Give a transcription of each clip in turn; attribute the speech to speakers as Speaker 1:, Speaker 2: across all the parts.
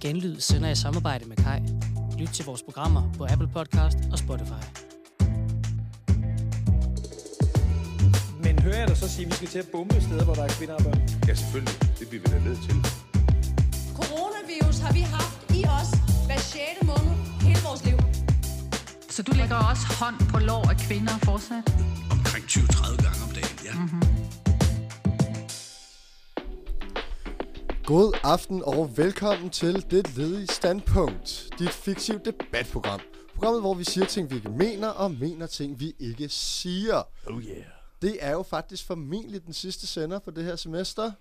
Speaker 1: Genlyd sender i samarbejde med Kai. Lyt til vores programmer på Apple Podcast og Spotify.
Speaker 2: Men hører jeg dig så sige, at vi skal til at bombe steder, hvor der er kvinder og børn?
Speaker 3: Ja, selvfølgelig. Det bliver vi da nødt til.
Speaker 4: Coronavirus har vi haft i os hver 6. måned hele vores liv.
Speaker 5: Så du lægger også hånd på lår af kvinder fortsat?
Speaker 6: Omkring 20-30 gange om dagen, ja. Mm-hmm.
Speaker 7: God aften og velkommen til Det Ledige Standpunkt, dit fiktive debatprogram. Programmet, hvor vi siger ting, vi ikke mener, og mener ting, vi ikke siger.
Speaker 3: Oh yeah.
Speaker 7: Det er jo faktisk formentlig den sidste sender for det her semester.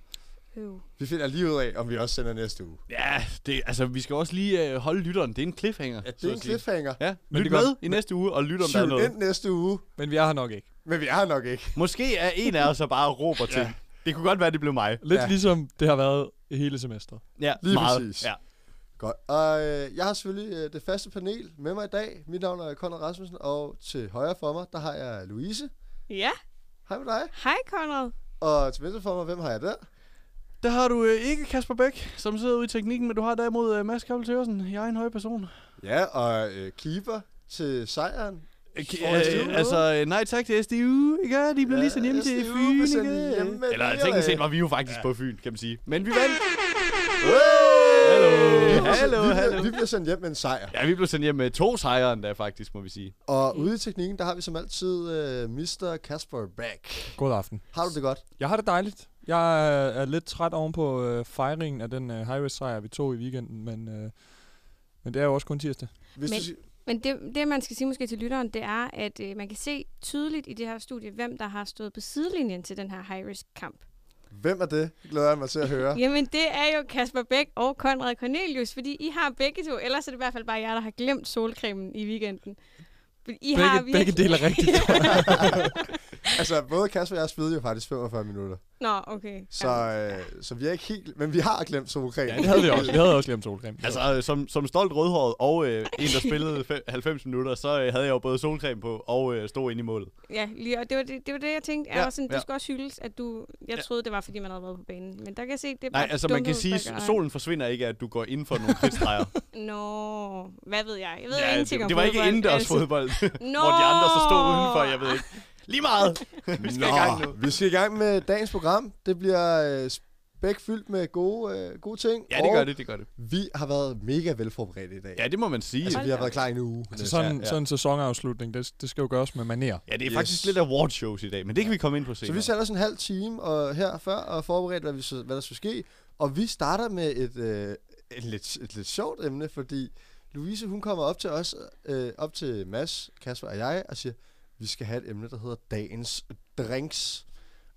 Speaker 8: Øv.
Speaker 7: Vi finder lige ud af, om vi også sender næste uge.
Speaker 9: Ja, det, altså, vi skal også lige øh, holde lytteren. Det er en cliffhanger.
Speaker 7: Ja, det
Speaker 9: så
Speaker 7: er
Speaker 9: at
Speaker 7: en
Speaker 9: sige.
Speaker 7: cliffhanger.
Speaker 9: Ja, men lyt
Speaker 2: det
Speaker 9: med
Speaker 2: godt.
Speaker 9: i næste uge og lyt om der er
Speaker 7: Tune
Speaker 9: noget.
Speaker 7: ind næste uge,
Speaker 2: Men vi er her nok ikke.
Speaker 7: men vi er her nok ikke.
Speaker 9: Måske er en af os så bare råber ting. ja. Det kunne godt være, det blev mig.
Speaker 2: Lidt
Speaker 7: Ja.
Speaker 2: ja. ligesom det har været hele semester.
Speaker 9: Ja,
Speaker 7: Lige
Speaker 9: meget.
Speaker 7: præcis.
Speaker 9: Ja.
Speaker 7: Godt. Og øh, jeg har selvfølgelig øh, det faste panel med mig i dag. Mit navn er Conrad Rasmussen, og til højre for mig, der har jeg Louise.
Speaker 8: Ja,
Speaker 7: Hej med dig.
Speaker 8: hej Konrad.
Speaker 7: Og til venstre for mig, hvem har jeg der?
Speaker 9: Der har du øh, ikke Kasper Bæk, som sidder ude i teknikken, men du har derimod øh, Mads Kabel Tørsen. Jeg er en høj person.
Speaker 7: Ja, og øh, keeper til sejren. Foran SDU.
Speaker 9: Øh, altså, øh, nej tak til SDU, ikke? De blev lige sendt hjem til
Speaker 7: SDU blev
Speaker 9: Fyn,
Speaker 7: sendt
Speaker 9: ikke?
Speaker 7: hjem med
Speaker 9: Eller
Speaker 7: nederlag.
Speaker 9: teknisk set var vi jo faktisk ja. på Fyn, kan man sige. Men vi vandt.
Speaker 7: Vi
Speaker 9: Hallo!
Speaker 7: blev sendt- Altså, vi
Speaker 9: Hallo,
Speaker 7: blev-
Speaker 9: hallo.
Speaker 7: Vi bliver sendt hjem med en sejr.
Speaker 9: Ja, vi blev sendt hjem med to sejre endda, faktisk, må vi sige.
Speaker 7: Og ude i teknikken, der har vi som altid øh, Mr. Kasper Back.
Speaker 2: God aften.
Speaker 7: Har du det godt?
Speaker 2: Jeg har det dejligt. Jeg er, er lidt træt oven på øh, fejringen af den øh, highway-sejr, vi tog i weekenden, men, øh, men det er jo også kun tirsdag.
Speaker 7: Hvis
Speaker 8: Men-
Speaker 7: du sig-
Speaker 8: Men det, det, man skal sige måske til lytteren, det er, at øh, man kan se tydeligt i det her studie, hvem der har stået på sidelinjen til den her high-risk-kamp.
Speaker 7: hvem er det? Glæder jeg mig til at høre.
Speaker 8: Jamen, det er jo Kasper Bæk og Konrad Cornelius, fordi I har begge to, ellers er det i hvert fald bare jer, der har glemt solcremen i weekenden. Fordi I
Speaker 2: Begge,
Speaker 8: har
Speaker 2: begge
Speaker 8: virkelig-
Speaker 2: dele er rigtigt.
Speaker 7: altså, både Kasper og jeg spillede jo faktisk 45 minutter.
Speaker 8: Nå, okay.
Speaker 7: Så,
Speaker 8: Ja.
Speaker 7: øh, så vi er ikke helt... Men vi har glemt solcreme.
Speaker 2: ja, det havde vi også. Vi havde også glemt solcreme.
Speaker 9: Altså, øh, som, som stolt rødhåret og øh, en, der spillede fe- 90 minutter, så øh, havde jeg jo både solcreme på og øh, stod inde i målet.
Speaker 8: Ja, lige, og det var det, det, var det jeg tænkte. Ja,
Speaker 9: Ja,
Speaker 8: var sådan, ja.
Speaker 9: ja.
Speaker 8: Du skal også hyldes, at du... Jeg
Speaker 9: Ja.
Speaker 8: troede, det var, fordi man havde været på banen. Men der kan jeg se, det er
Speaker 9: Nej,
Speaker 8: bare
Speaker 9: altså man kan
Speaker 8: dumhed,
Speaker 9: sige,
Speaker 8: der gør-
Speaker 9: at solen forsvinder ikke, af, at du går inden for nogle kridtstreger.
Speaker 8: Nå, hvad ved jeg? Jeg ved ja,
Speaker 9: ja,
Speaker 8: ingenting om
Speaker 9: det, det var ikke
Speaker 8: fodbold,
Speaker 9: indendørs
Speaker 8: altså.
Speaker 9: fodbold,
Speaker 8: Nå!
Speaker 9: hvor de andre så stod udenfor, jeg ved ikke. Lige meget! Vi skal i gang nu.
Speaker 7: Vi skal i gang med dagens program. Det bliver øh, spækfyldt med gode, øh, gode ting.
Speaker 9: Ja, det gør
Speaker 7: og
Speaker 9: det, det gør det.
Speaker 7: Vi har været mega velforberedt i dag.
Speaker 9: Ja, det må man sige.
Speaker 7: altså, vi har
Speaker 8: da
Speaker 7: været klar i en uge.
Speaker 2: Altså sådan,
Speaker 9: Ja,
Speaker 2: ja,
Speaker 9: ja.
Speaker 2: ja. sådan en sæsonafslutning, det, det skal jo gøres med maner.
Speaker 9: Ja, det er
Speaker 7: Yes.
Speaker 9: faktisk lidt awardshows i dag, men det kan vi komme ind på senere.
Speaker 7: Så vi satte os en halv time og her før og forberedte, hvad, vi, så- hvad der skulle ske. Og vi starter med et, øh, et, lidt, et lidt sjovt emne, fordi Louise hun kommer op til os, øh, op til Mads, Kasper og jeg, og siger, vi skal have et emne, der hedder dagens drinks.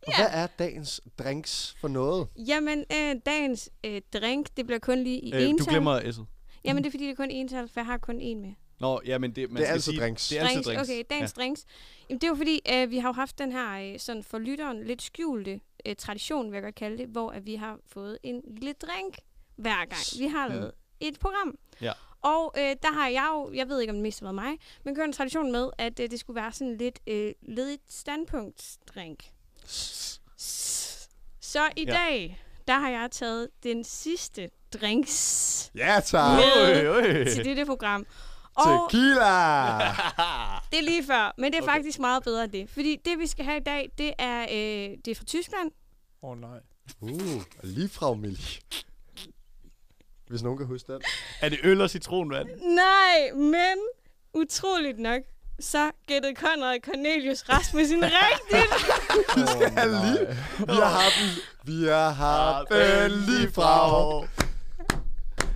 Speaker 7: Og
Speaker 8: Ja.
Speaker 7: hvad er dagens drinks for noget?
Speaker 8: Jamen, øh, dagens øh, drink, det bliver kun lige i
Speaker 9: øh,
Speaker 8: ental.
Speaker 9: du glemmer S'et.
Speaker 8: Jamen, det er, fordi det er kun ental, for jeg har kun en med.
Speaker 9: Nå, ja, men det, man
Speaker 7: Det er
Speaker 9: skal
Speaker 7: altid
Speaker 9: sige,
Speaker 7: drinks.
Speaker 9: Det er altid drinks.
Speaker 8: Okay, dagens ja. drinks. Jamen, det er jo fordi, øh, vi har jo haft den her, øh, sådan for lytteren, lidt skjulte øh, tradition, vil jeg godt kalde det, hvor at vi har fået en lille drink hver gang. Vi har lavet et program.
Speaker 9: Mm. Ja.
Speaker 8: Og øh, der har jeg jo, jeg ved ikke om det mest har været mig, men kørt en tradition med, at øh, det skulle være sådan lidt øh, ledigt standpunktsdrink. Så i
Speaker 9: Ja.
Speaker 8: ja. dag, der har jeg taget den sidste drinks
Speaker 7: Ja, tak!
Speaker 8: med
Speaker 9: Øj, øj.
Speaker 8: til dette program. Og
Speaker 7: Tequila!
Speaker 8: det er lige før, men det er okay. faktisk meget bedre end det. Fordi det, vi skal have i dag, det er, øh, det er fra Tyskland.
Speaker 2: Åh oh, nej.
Speaker 7: Uh, lige fra Milch. Hvis nogen kan huske den.
Speaker 9: Er det øl og citronvand?
Speaker 8: Nej, men utroligt nok, så gættede Konrad Cornelius Rasmussen rigtigt.
Speaker 7: Ja, lige. Vi har haft den. Vi har haft den lige fra.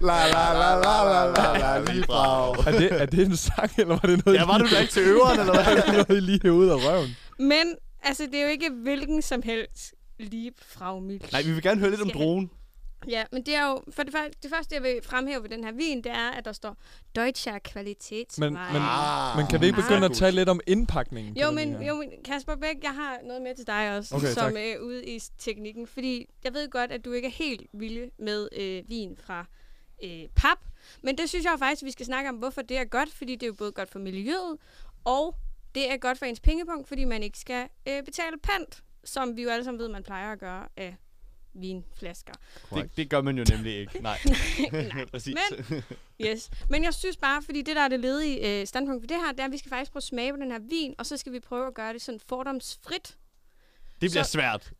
Speaker 7: La la la la la la la lige fra.
Speaker 2: Er det, er det en sang, eller var det noget,
Speaker 9: Ja, var du da ikke til øveren, eller hvad?
Speaker 2: noget I lige herude af røven?
Speaker 8: men altså, det er jo ikke hvilken som helst lige fra Milch.
Speaker 9: Nej, vi vil gerne høre lidt om dronen.
Speaker 8: Ja, men det er jo, for det, første, det første, jeg vil fremhæve ved den her vin, det er, at der står Deutscher
Speaker 2: Men,
Speaker 8: Qualitätswein.
Speaker 2: men, men kan vi ikke
Speaker 8: Ah.
Speaker 2: begynde at tale lidt om indpakningen? på
Speaker 8: Jo
Speaker 2: den
Speaker 8: men,
Speaker 2: her?
Speaker 8: jo, men Kasper Bæk, jeg har noget med til dig også,
Speaker 2: Okay,
Speaker 8: okay, som
Speaker 2: tak.
Speaker 8: øh, ude i s- teknikken. Fordi jeg ved godt, at du ikke er helt vilde med øh, vin fra øh, pap. Men det synes jeg jo faktisk, at vi skal snakke om, hvorfor det er godt. Fordi det er jo både godt for miljøet, og det er godt for ens pengepunkt, fordi man ikke skal øh, betale pant, som vi jo alle sammen ved, man plejer at gøre af vinflasker.
Speaker 9: Det,
Speaker 7: Korrekt.
Speaker 9: det gør man jo nemlig ikke. Nej.
Speaker 8: Nej,
Speaker 9: Præcis.
Speaker 8: men- Yes. Men jeg synes bare, fordi det der er det ledige øh, standpunkt ved det her, det er, at vi skal faktisk prøve at smage på den her vin, og så skal vi prøve at gøre det sådan fordomsfrit.
Speaker 9: Det bliver
Speaker 8: Så-
Speaker 9: svært.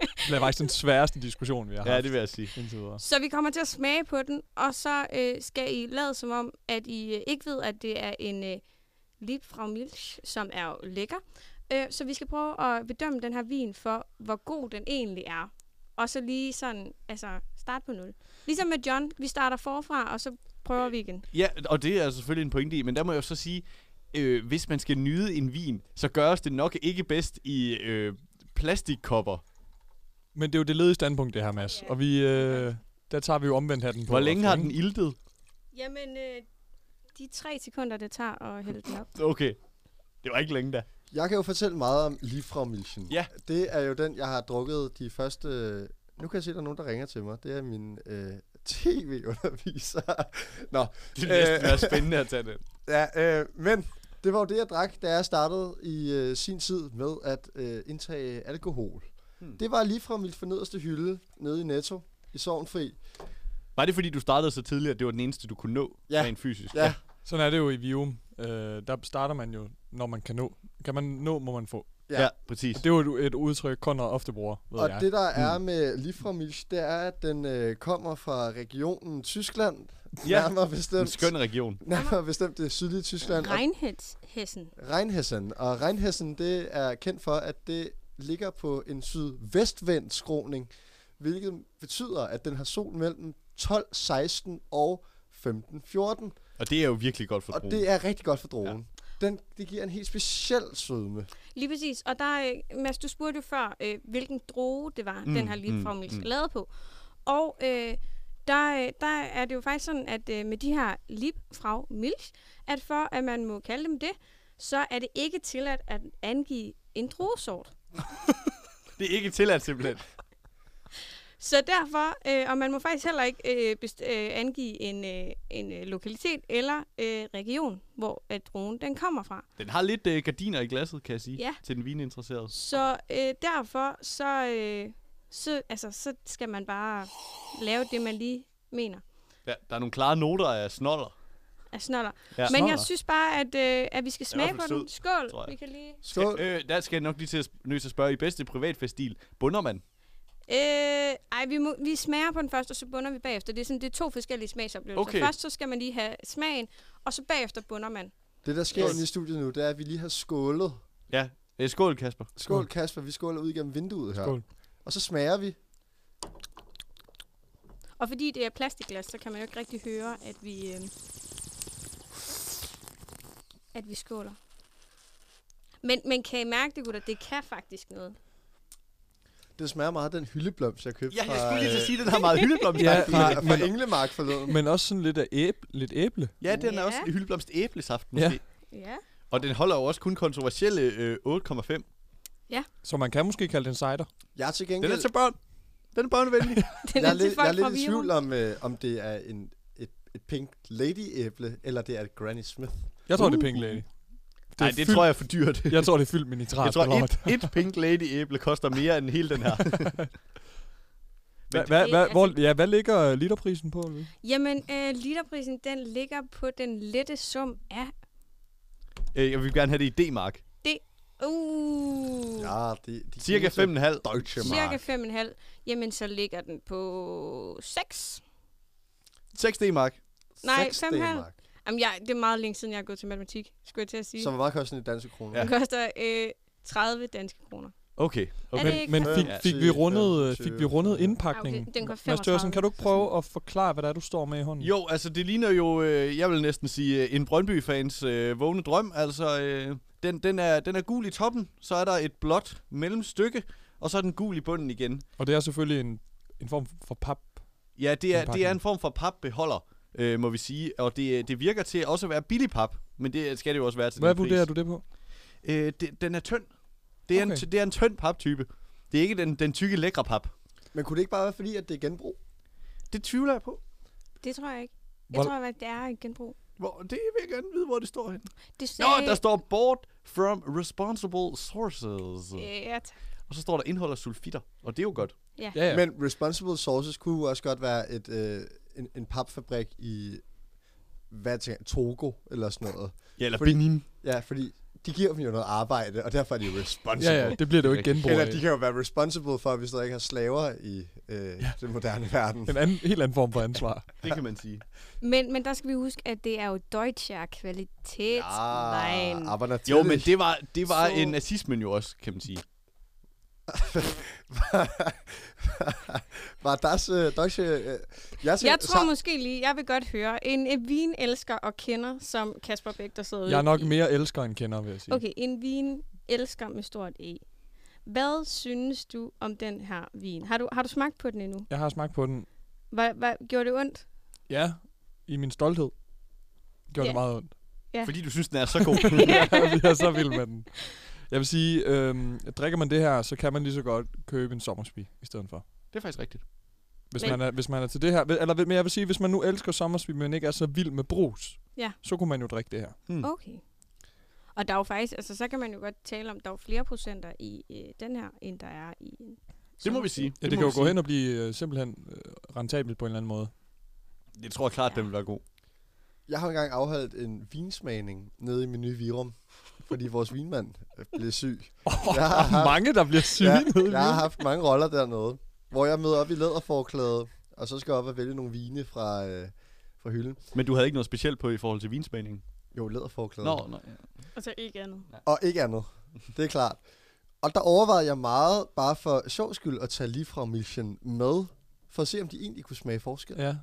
Speaker 2: Det bliver faktisk den sværeste diskussion, vi har
Speaker 9: Ja,
Speaker 2: haft
Speaker 9: det vil jeg sige.
Speaker 2: indtil videre.
Speaker 8: Så vi kommer til at smage på den, og så øh, skal I lade som om, at I øh, ikke ved, at det er en øh, Liebfrau Milch, som er jo lækker. Øh, så vi skal prøve at bedømme den her vin for, hvor god den egentlig er. Og så lige sådan, altså start på nul. Ligesom med John, vi starter forfra, og så prøver vi igen.
Speaker 9: Ja, og det er selvfølgelig en pointe i, men der må jeg jo så sige, øh, hvis man skal nyde en vin, så gøres det nok ikke bedst i øh, plastikkopper.
Speaker 2: Men det er jo det ledige standpunkt, det her, Mads. Og vi, øh, der tager vi jo omvendt hatten på.
Speaker 9: Hvor længe
Speaker 2: ofte,
Speaker 9: har
Speaker 2: ikke?
Speaker 9: den iltet?
Speaker 8: Jamen, øh, de tre sekunder, det tager at hælde den op.
Speaker 9: Okay. Det var ikke længe da.
Speaker 7: Jeg kan jo fortælle meget om Liefraumilchen.
Speaker 9: Ja.
Speaker 7: Det er jo den, jeg har drukket de første... Nu kan jeg se, at der er nogen, der ringer til mig. Det er min øh, tv-underviser. Nå.
Speaker 9: Det er næsten
Speaker 7: øh,
Speaker 9: være spændende at tage den.
Speaker 7: ja, øh, men det var jo det, jeg drak, da jeg startede i øh, sin tid med at øh, indtage alkohol. Hmm. Det var lige fra mit fornederste hylde nede i Netto i Sovnfri.
Speaker 9: Var det fordi, du startede så tidligt, at det var den eneste, du kunne nå
Speaker 7: Ja.
Speaker 9: rent fysisk?
Speaker 7: Ja.
Speaker 2: Sådan er det jo i Vium. Øh, der starter man jo, når man kan nå. Kan man nå, må man få.
Speaker 7: Ja.
Speaker 9: ja. ja præcis.
Speaker 2: Det er jo et, et udtryk, Conrad ofte bruger, ved
Speaker 7: Og
Speaker 2: jeg.
Speaker 7: det, der er med Liefraumilch, det er, at den øh, kommer fra regionen Tyskland.
Speaker 9: Ja,
Speaker 7: Nærmere
Speaker 9: En
Speaker 7: bestemt,
Speaker 9: skøn region.
Speaker 7: nærmere bestemt det sydlige Tyskland. Og
Speaker 8: Reinhedshessen.
Speaker 7: Rheinhessen. Og Rheinhessen, det er kendt for, at det ligger på en sydvestvendt skråning, hvilket betyder, at den har sol mellem 12, 16 og 15, 14.
Speaker 9: Og det er jo virkelig godt for
Speaker 7: Og det er rigtig godt for drogen. Ja. Den, det giver en helt speciel sødme.
Speaker 8: Lige præcis. Og der, øh, Mads, du spurgte jo før, øh, hvilken droge det var, mm, den her Liebfraumilch mm, lavet på. Og øh, der, øh, der er det jo faktisk sådan, at øh, med de her Liebfraumilch, at for at man må kalde dem det, så er det ikke tilladt at angive en drogesort.
Speaker 9: det er ikke tilladt simpelthen.
Speaker 8: Så derfor, øh, og man må faktisk heller ikke øh, best, øh, angive en, øh, en øh, lokalitet eller øh, region, hvor at drogen den kommer fra.
Speaker 9: Den har lidt øh, gardiner i glasset, kan jeg sige,
Speaker 8: Ja.
Speaker 9: til den vininteresserede.
Speaker 8: Så øh, derfor, så, øh, så, altså, så skal man bare lave det, man lige mener
Speaker 9: Ja, der er nogle klare noter af snoller.
Speaker 8: af snoller.
Speaker 9: Ja.
Speaker 8: Ja. Men jeg synes bare, at, øh, at vi skal
Speaker 9: i hvert
Speaker 8: smage
Speaker 9: fald
Speaker 8: på den.
Speaker 9: sød,
Speaker 8: Skål!
Speaker 9: tror jeg.
Speaker 8: Vi kan lige...
Speaker 7: Skål.
Speaker 9: Ja, øh, der skal jeg nok lige til at, sp- nødt til at spørge i bedste privatfestil. Bunder man?
Speaker 8: Øh, ej, vi, må, vi smager på den først, og så bunder vi bagefter. Det er, sådan, det er to forskellige smagsoplevelser.
Speaker 9: Okay.
Speaker 8: Først så skal man lige have smagen, og så bagefter bunder man.
Speaker 7: Det, der sker
Speaker 9: Yes.
Speaker 7: yes. i studiet nu, det er, at vi lige har skålet.
Speaker 9: Ja. Øh, skål, Kasper.
Speaker 7: Skål, Kasper. Vi skåler ud igennem vinduet her.
Speaker 2: Skål.
Speaker 7: Og så smager vi.
Speaker 8: Og fordi det er plastikglas, så kan man jo ikke rigtig høre, at vi, øh, at vi skåler. Men, men kan I mærke det, gutter? Det kan faktisk noget.
Speaker 7: Det smager meget af den hyldeblomst, jeg købte
Speaker 9: Ja, jeg
Speaker 7: fra,
Speaker 9: skulle lige til
Speaker 7: øh,
Speaker 9: at sige, den har meget hyldeblomst. ja.
Speaker 7: fra, fra Englemark forleden.
Speaker 2: Men også sådan lidt af æble. Lidt æble.
Speaker 9: ja, den er
Speaker 8: Ja.
Speaker 9: også hyldeblomst æblesaft måske. Ja.
Speaker 8: Ja.
Speaker 9: Og den holder jo også kun kontroversielle øh, 8,5.
Speaker 2: Så man kan måske kalde den cider.
Speaker 7: Jeg er til
Speaker 9: Den
Speaker 7: gengæld...
Speaker 9: er til børn. Den er børnevenlig.
Speaker 8: Den
Speaker 7: jeg
Speaker 8: er,
Speaker 7: er, lidt,
Speaker 8: til folk
Speaker 7: jeg er lidt
Speaker 8: fra
Speaker 7: i
Speaker 8: Virum.
Speaker 7: tvivl om, øh, om det er en, et, et pink ladyæble, eller det er et Granny Smith.
Speaker 8: Mm.
Speaker 2: Jeg tror, uh. det er Pink Lady.
Speaker 9: Nej, det, tror jeg er for dyrt.
Speaker 2: jeg tror, det er fyldt med nitrat.
Speaker 9: Jeg tror,
Speaker 2: på lort.
Speaker 9: et, et Pink Lady æble koster mere end hele den her.
Speaker 2: Hva, hva,
Speaker 8: Det-
Speaker 2: hva,
Speaker 8: altså-
Speaker 2: hvor, ja, hvad ligger øh, literprisen på? Louis?
Speaker 8: Jamen, øh, literprisen, den ligger på den lette sum af...
Speaker 9: Øh, jeg vil gerne have det i D-mark.
Speaker 8: Uh, ja,
Speaker 7: Ja, det, de
Speaker 9: Cirka 5,5.
Speaker 7: Deutsche
Speaker 8: cirka
Speaker 7: Mark.
Speaker 8: 5,5. Jamen, så ligger den på 6.
Speaker 9: 6 D-mark.
Speaker 8: Nej,
Speaker 7: Seks
Speaker 8: 5,5.
Speaker 7: D-mark.
Speaker 8: Jamen, jeg, det er meget længe siden, jeg har gået til matematik, skulle jeg til at sige.
Speaker 7: Så hvor meget koster den i danske kroner?
Speaker 9: Ja.
Speaker 8: Den koster øh, 30 danske kroner. Er
Speaker 9: Okay. okay.
Speaker 8: det
Speaker 2: Men,
Speaker 8: ikke
Speaker 2: men
Speaker 7: fem?
Speaker 2: fik,
Speaker 9: Ja.
Speaker 2: fik, vi rundet, øh,
Speaker 7: 20,
Speaker 2: fik vi rundet
Speaker 7: 25.
Speaker 2: indpakningen?
Speaker 8: Ah, okay, den koster
Speaker 2: Mads
Speaker 8: 35.
Speaker 2: Thørsen, kan du ikke prøve at forklare, hvad det er, du står med i hånden?
Speaker 9: Jo, altså det ligner jo, øh, jeg vil næsten sige, øh, en Brøndby-fans øh, vågne drøm. Altså, øh, den, den, er, den er gul i toppen, så er der et blåt mellemstykke, og så er den gul i bunden igen.
Speaker 2: Og det er selvfølgelig en, en form for pap.
Speaker 9: Ja, det er, det er
Speaker 2: Indpakning.
Speaker 9: en form for papbeholder, øh, må vi sige. Og det, det virker til også at være billig pap, men det skal det jo også være til
Speaker 2: Hvad
Speaker 9: den pris.
Speaker 2: vurderer du det på?
Speaker 9: Øh, det, den er tynd. Det er, okay. en,
Speaker 2: Okay.
Speaker 9: det er en tynd paptype. Det er ikke den, den tykke, lækre pap.
Speaker 7: Men kunne det ikke bare være fordi, at det er genbrug?
Speaker 9: Det tvivler jeg på.
Speaker 8: Det tror jeg ikke. Jeg
Speaker 2: Hvor-
Speaker 8: tror, at det er et genbrug.
Speaker 9: Hvor, det vil jeg gerne vide, hvor det står hen.
Speaker 8: Det
Speaker 9: Nå, der står bought from responsible sources.
Speaker 8: Ja, tak.
Speaker 9: Og og så står der indeholder sulfitter, og det er jo godt.
Speaker 2: Ja, ja.
Speaker 7: Ja. Men responsible sources kunne jo også godt være et, øh, en, en papfabrik i hvad tænker, jeg, Togo eller sådan noget.
Speaker 9: Ja, eller
Speaker 7: Fordi-
Speaker 9: Benin.
Speaker 7: Ja, fordi de giver dem jo noget arbejde, og derfor er de jo
Speaker 2: ja,
Speaker 7: responsible.
Speaker 2: ja, det bliver det jo ikke genbrug
Speaker 7: Eller
Speaker 2: af.
Speaker 7: de kan jo være responsible for, hvis der ikke har slaver i øh, ja. den moderne verden.
Speaker 2: En anden, helt anden form for ansvar.
Speaker 9: Det kan man sige.
Speaker 8: Men, men der skal vi huske, at det er jo Deutscher Qualitätswein. Ja,
Speaker 7: aber
Speaker 9: Jo,
Speaker 7: natürlich.
Speaker 9: men det var, det var
Speaker 8: Så-
Speaker 9: en nazismen jo også, kan man sige.
Speaker 7: Var das øh, deutsche... Øh, jeg,
Speaker 8: jeg tror måske lige, jeg vil godt høre, en, en vinelsker og kender, som Kasper Bæk, der sidder
Speaker 2: Jeg er
Speaker 8: ude
Speaker 2: nok
Speaker 8: i-
Speaker 2: mere elsker end kender, vil jeg sige.
Speaker 8: Okay, en vinelsker med stort E. Hvad synes du om den her vin? Har du, har du smagt på den endnu?
Speaker 2: Jeg har smagt på den,
Speaker 8: Hva, hva, gjorde det ondt?
Speaker 2: ja, i min stolthed. Gjorde
Speaker 8: Ja.
Speaker 2: det meget ondt.
Speaker 8: Ja.
Speaker 9: Fordi du synes, den er så god.
Speaker 2: ja, vi er så vilde med den. Jeg vil sige, øhm, drikker man det her, så kan man lige så godt købe en sommersby i stedet for.
Speaker 9: det er faktisk rigtigt.
Speaker 2: Hvis,
Speaker 8: Men-
Speaker 2: man er, hvis man er til det her. Eller, men jeg vil sige, hvis man nu elsker sommersby, men ikke er så vild med brus,
Speaker 8: Ja.
Speaker 2: så kunne man jo drikke det her.
Speaker 9: Mm.
Speaker 8: Okay. Og der er jo faktisk, altså så kan man jo godt tale om, der er jo flere procenter i øh, den her, end der er i en
Speaker 9: Det må vi
Speaker 8: sommerfugl.
Speaker 9: sige.
Speaker 2: Ja, det, det kan jo gå hen og blive øh, simpelthen øh, rentabelt på en eller anden måde.
Speaker 9: Jeg tror klart, den vil være god.
Speaker 7: Jeg har engang afholdt en vinsmagning nede i min nye virum, fordi vores vinmand øh, blev syg.
Speaker 2: Oh,
Speaker 7: Jeg har
Speaker 2: der er
Speaker 7: haft-
Speaker 2: mange, der bliver syge ja, nede
Speaker 7: jeg
Speaker 2: i
Speaker 7: har
Speaker 2: Wien.
Speaker 7: haft mange roller dernede, hvor jeg møder op i læderforklæde, og så skal jeg op og vælge nogle vine fra, øh, fra hylden.
Speaker 9: Men du havde ikke noget specielt på i forhold til vinsmagningen?
Speaker 7: Jo, læderforklæde.
Speaker 9: Nå, nej.
Speaker 8: Og så ikke andet.
Speaker 7: Og ikke andet. Det er klart. Og der overvejede jeg meget, bare for sjov skyld, at tage lige fra Milchen med, for at se, om de egentlig kunne smage forskel. Ja.
Speaker 2: Ja.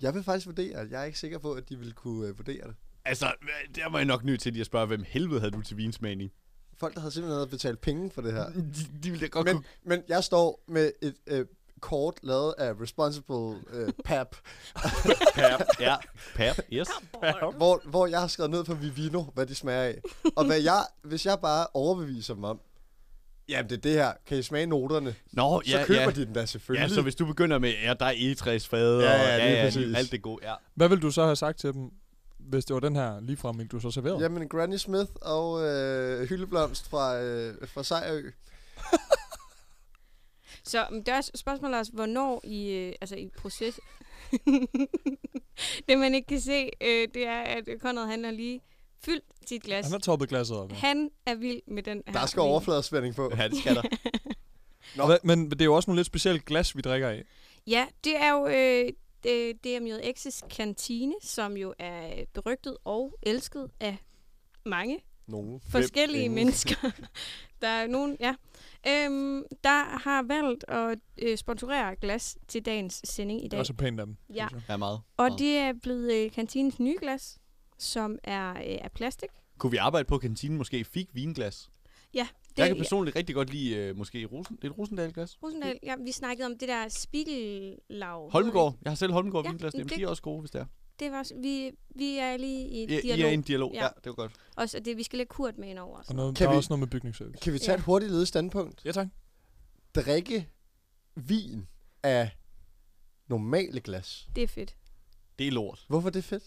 Speaker 7: Jeg vil faktisk vurdere, at jeg er ikke sikker på, at de ville kunne øh, vurdere det.
Speaker 9: Altså, der var jeg nok nødt til lige at spørge, hvem helvede havde du til vinsmagning?
Speaker 7: Folk, der havde simpelthen havde betalt penge for det her.
Speaker 9: Mm, De, de ville da godt
Speaker 7: Men, men jeg står med et øh, kort lavet af Responsible øh, Pap,
Speaker 9: Pap, ja. Pap, yes.
Speaker 7: hvor, hvor jeg har skrevet ned på Vivino, hvad de smager af. Og hvad jeg, hvis jeg bare overbeviser dem om, jamen det er det her, kan I smage noterne?
Speaker 9: Nå,
Speaker 7: Så
Speaker 9: ja,
Speaker 7: køber
Speaker 9: ja.
Speaker 7: de den da
Speaker 9: Ja,
Speaker 7: selvfølgelig.
Speaker 9: så hvis du begynder med, ja, der er egetræsfade,
Speaker 7: Ja,
Speaker 9: og
Speaker 7: ja, lige præcis.
Speaker 9: alt det gode, ja.
Speaker 2: Hvad vil du så have sagt til dem, hvis det var den her ligefrem, ikke du så serverede?
Speaker 7: Jamen, Granny Smith og øh, Hyldeblomst fra, øh, fra Sejrø.
Speaker 8: Så men det er også, spørgsmålet er også, hvornår i, øh, altså i proces... det man ikke kan se, øh, det er, at Conrad han har lige fyldt sit glas.
Speaker 2: Han har toppet glasset op. ja.
Speaker 8: Han er vild med den her
Speaker 7: Der skal
Speaker 8: vin.
Speaker 7: overfladespænding på.
Speaker 9: Ja, det skal der.
Speaker 7: Nå.
Speaker 2: Hva- Men det er jo også nogle lidt specielle glas, vi drikker af.
Speaker 8: Ja, det er jo øh, øh, DMJX's kantine, som jo er øh, berygtet og elsket af mange
Speaker 7: Nogen.
Speaker 8: forskellige
Speaker 7: ingen.
Speaker 8: mennesker. der er nogen, ja. Øhm, der har valgt at øh, sponsorere glas til dagens sending i
Speaker 2: Det
Speaker 8: dag.
Speaker 2: er også pænt af dem.
Speaker 8: Ja.
Speaker 2: synes jeg.
Speaker 9: Ja, meget.
Speaker 8: Og det er blevet øh, kantinens nye glas, som er øh, af plastik.
Speaker 9: Kunne vi arbejde på at kantinen måske fik vinglas?
Speaker 8: Ja, det
Speaker 9: Jeg kan
Speaker 8: er
Speaker 9: personligt rigtig godt lide øh, måske Rosen, et Rosendal-glas.
Speaker 8: Rosendal. Ja, vi snakkede om det der spiegellav.
Speaker 9: Holmegård. Jeg har selv Holmegård
Speaker 8: Ja,
Speaker 9: ja, vinglas.
Speaker 8: men
Speaker 9: Jamen,
Speaker 8: det-
Speaker 9: de er også gode, hvis det er.
Speaker 8: Det var, også- vi, vi er lige i
Speaker 9: I,
Speaker 8: dialog.
Speaker 9: I er i en dialog.
Speaker 8: Ja.
Speaker 9: Ja, det var godt.
Speaker 8: Også, og det, vi skal lægge kurt med ind over.
Speaker 2: Og noget,
Speaker 7: Kan
Speaker 2: der er
Speaker 7: vi-
Speaker 2: også noget med bygningsservice.
Speaker 7: Kan vi tage
Speaker 8: Ja.
Speaker 7: et hurtigt ledet standpunkt?
Speaker 2: Ja, tak.
Speaker 7: Drikke vin af normale glas.
Speaker 8: Det er fedt.
Speaker 9: Det er lort.
Speaker 7: Hvorfor er det fedt?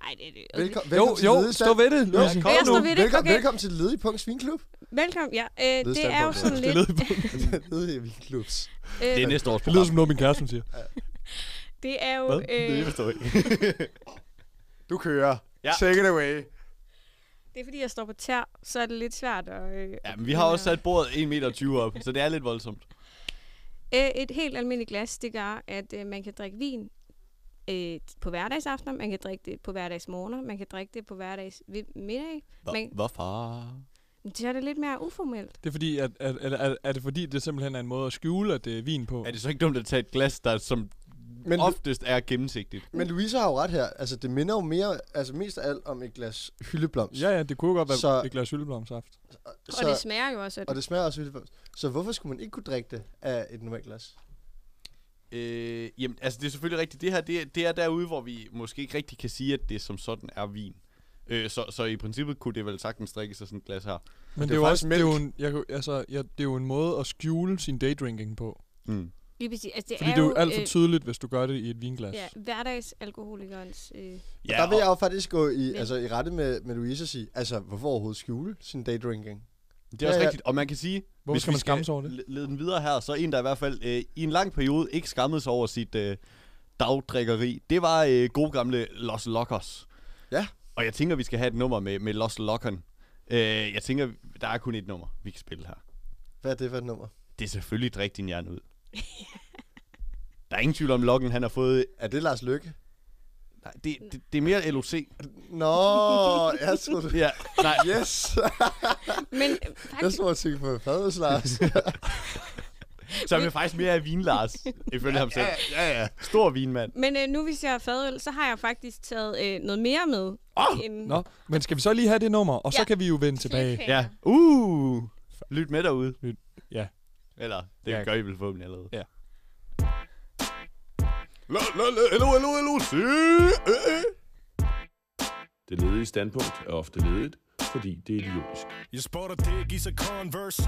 Speaker 8: Ej, det, det,
Speaker 7: Velkom,
Speaker 2: Jo,
Speaker 7: velkommen til
Speaker 2: jo,
Speaker 7: det ledige
Speaker 2: stå
Speaker 7: stand-
Speaker 2: ved det,
Speaker 7: Jo,
Speaker 2: Louise.
Speaker 9: Ja,
Speaker 7: kom
Speaker 8: jeg
Speaker 7: nu.
Speaker 8: står ved det,
Speaker 7: Velkommen,
Speaker 8: okay.
Speaker 7: velkommen til det ledige punkt vinklub.
Speaker 8: Velkommen. Ja, øh, det er jo
Speaker 7: standpunkt,
Speaker 8: sådan lidt...
Speaker 7: det ledige vinklubs.
Speaker 8: Øh,
Speaker 9: Det er næste års
Speaker 2: Det lyder
Speaker 9: program.
Speaker 2: som noget, min kæreste hun siger.
Speaker 8: det er jo...
Speaker 9: Hvad?
Speaker 8: Øh,
Speaker 9: Det forstår jeg ikke.
Speaker 7: Du kører.
Speaker 9: Ja.
Speaker 7: Take it away.
Speaker 8: det er fordi, jeg står på tær, så er det lidt svært at... Øh,
Speaker 9: Ja, men vi har også sat bordet 1,20 meter op, så det er lidt voldsomt.
Speaker 8: Øh, et helt almindeligt glas, det gør, at øh, man kan drikke vin øh, på hverdagsaftener, man kan drikke det på hverdagsmorgener, man kan drikke det på hverdags ved- middag. Man,
Speaker 9: Hvorfor?
Speaker 8: men så er det lidt mere uformelt.
Speaker 2: Det er, fordi, at, at, at, at, er det fordi, det simpelthen er en måde at skjule, at det er vin på?
Speaker 9: Er det så ikke dumt at tage et glas, der som
Speaker 7: Men-
Speaker 9: Men oftest er gennemsigtigt?
Speaker 7: Men Louise har jo ret her. Altså, det minder jo mere, altså mest af alt om et glas hyldeblomst.
Speaker 2: Ja, ja, det kunne jo godt være
Speaker 7: Så-
Speaker 2: så... et glas hyldeblomsaft.
Speaker 8: Så, og det smager jo også. At,
Speaker 7: og det smager også hyldeblomst. Så hvorfor skulle man ikke kunne drikke det af et normalt glas?
Speaker 9: Øh, jamen, altså det er selvfølgelig rigtigt. Det her, det, det er derude, hvor vi måske ikke rigtig kan sige, at det som sådan er vin. Øh, så, så i princippet kunne det vel sagtens drikke sig sådan et glas her.
Speaker 2: Men
Speaker 7: det
Speaker 2: det,
Speaker 7: er
Speaker 2: er jo
Speaker 7: faktisk
Speaker 2: også det er jo en, jeg, kan- altså, jeg, det er jo en måde at skjule sin daydrinking på.
Speaker 9: Mm.
Speaker 8: lige præcis, altså, det
Speaker 2: Fordi
Speaker 8: er
Speaker 2: det er jo alt for
Speaker 8: øh,
Speaker 2: tydeligt, hvis du gør det i et vinglas.
Speaker 8: Ja, hverdagsalkoholikernes... Øh,
Speaker 7: Ja, der vil jeg jo faktisk gå i,
Speaker 8: Men-
Speaker 7: altså, i rette med, med Louise og sige, altså, hvorfor overhovedet skjule sin daydrinking?
Speaker 9: Det er også
Speaker 7: Ja, ja.
Speaker 9: rigtigt, og man kan sige...
Speaker 2: Hvorfor
Speaker 9: hvis
Speaker 2: skal
Speaker 9: vi
Speaker 2: man skamme sig over det?
Speaker 9: le- Lede den videre her, så en, der i hvert fald øh, i en lang periode ikke skammede sig over sit øh, dagdrikkeri, det var øh, gode gamle Los Locos.
Speaker 7: Ja.
Speaker 9: Og jeg tænker, vi skal have et nummer med, med Los Lockeren. Øh, jeg tænker, der er kun et nummer, vi kan spille her.
Speaker 7: Hvad er det for et nummer?
Speaker 9: Det er selvfølgelig Drik din hjerne ud. der er ingen tvivl om, Lokken han har fået...
Speaker 7: Er det Lars Lykke?
Speaker 9: Nej, det, det, det er mere LOC.
Speaker 7: Nå, jeg troede det.
Speaker 9: Ja, nej,
Speaker 7: Yes,
Speaker 8: Men øh,
Speaker 7: jeg
Speaker 8: faktisk,
Speaker 7: tror, jeg tænker på Fadøs Lars.
Speaker 9: så er vi faktisk mere af vin, Lars, ifølge ham selv. Ja, ja, ja. Stor vinmand.
Speaker 8: men øh, nu hvis jeg har fadøl, så har jeg faktisk taget øh, noget mere med. Oh, end
Speaker 2: Nå, men skal vi så lige have det nummer, og så
Speaker 8: Ja.
Speaker 2: kan vi jo vende tilbage.
Speaker 8: Cliffhanger.
Speaker 9: Ja. Uh! Lyt med derude.
Speaker 2: Lyt. Ja.
Speaker 9: Eller, det
Speaker 2: Ja.
Speaker 9: gør I vel forhåbentlig allerede.
Speaker 2: Ja.
Speaker 9: Lo, lo, lo, hello, hello, hello, se, øh, øh.
Speaker 3: Det ledige standpunkt er ofte ledigt, fordi det er idiotisk.
Speaker 10: Jeg spotter dig i så Converse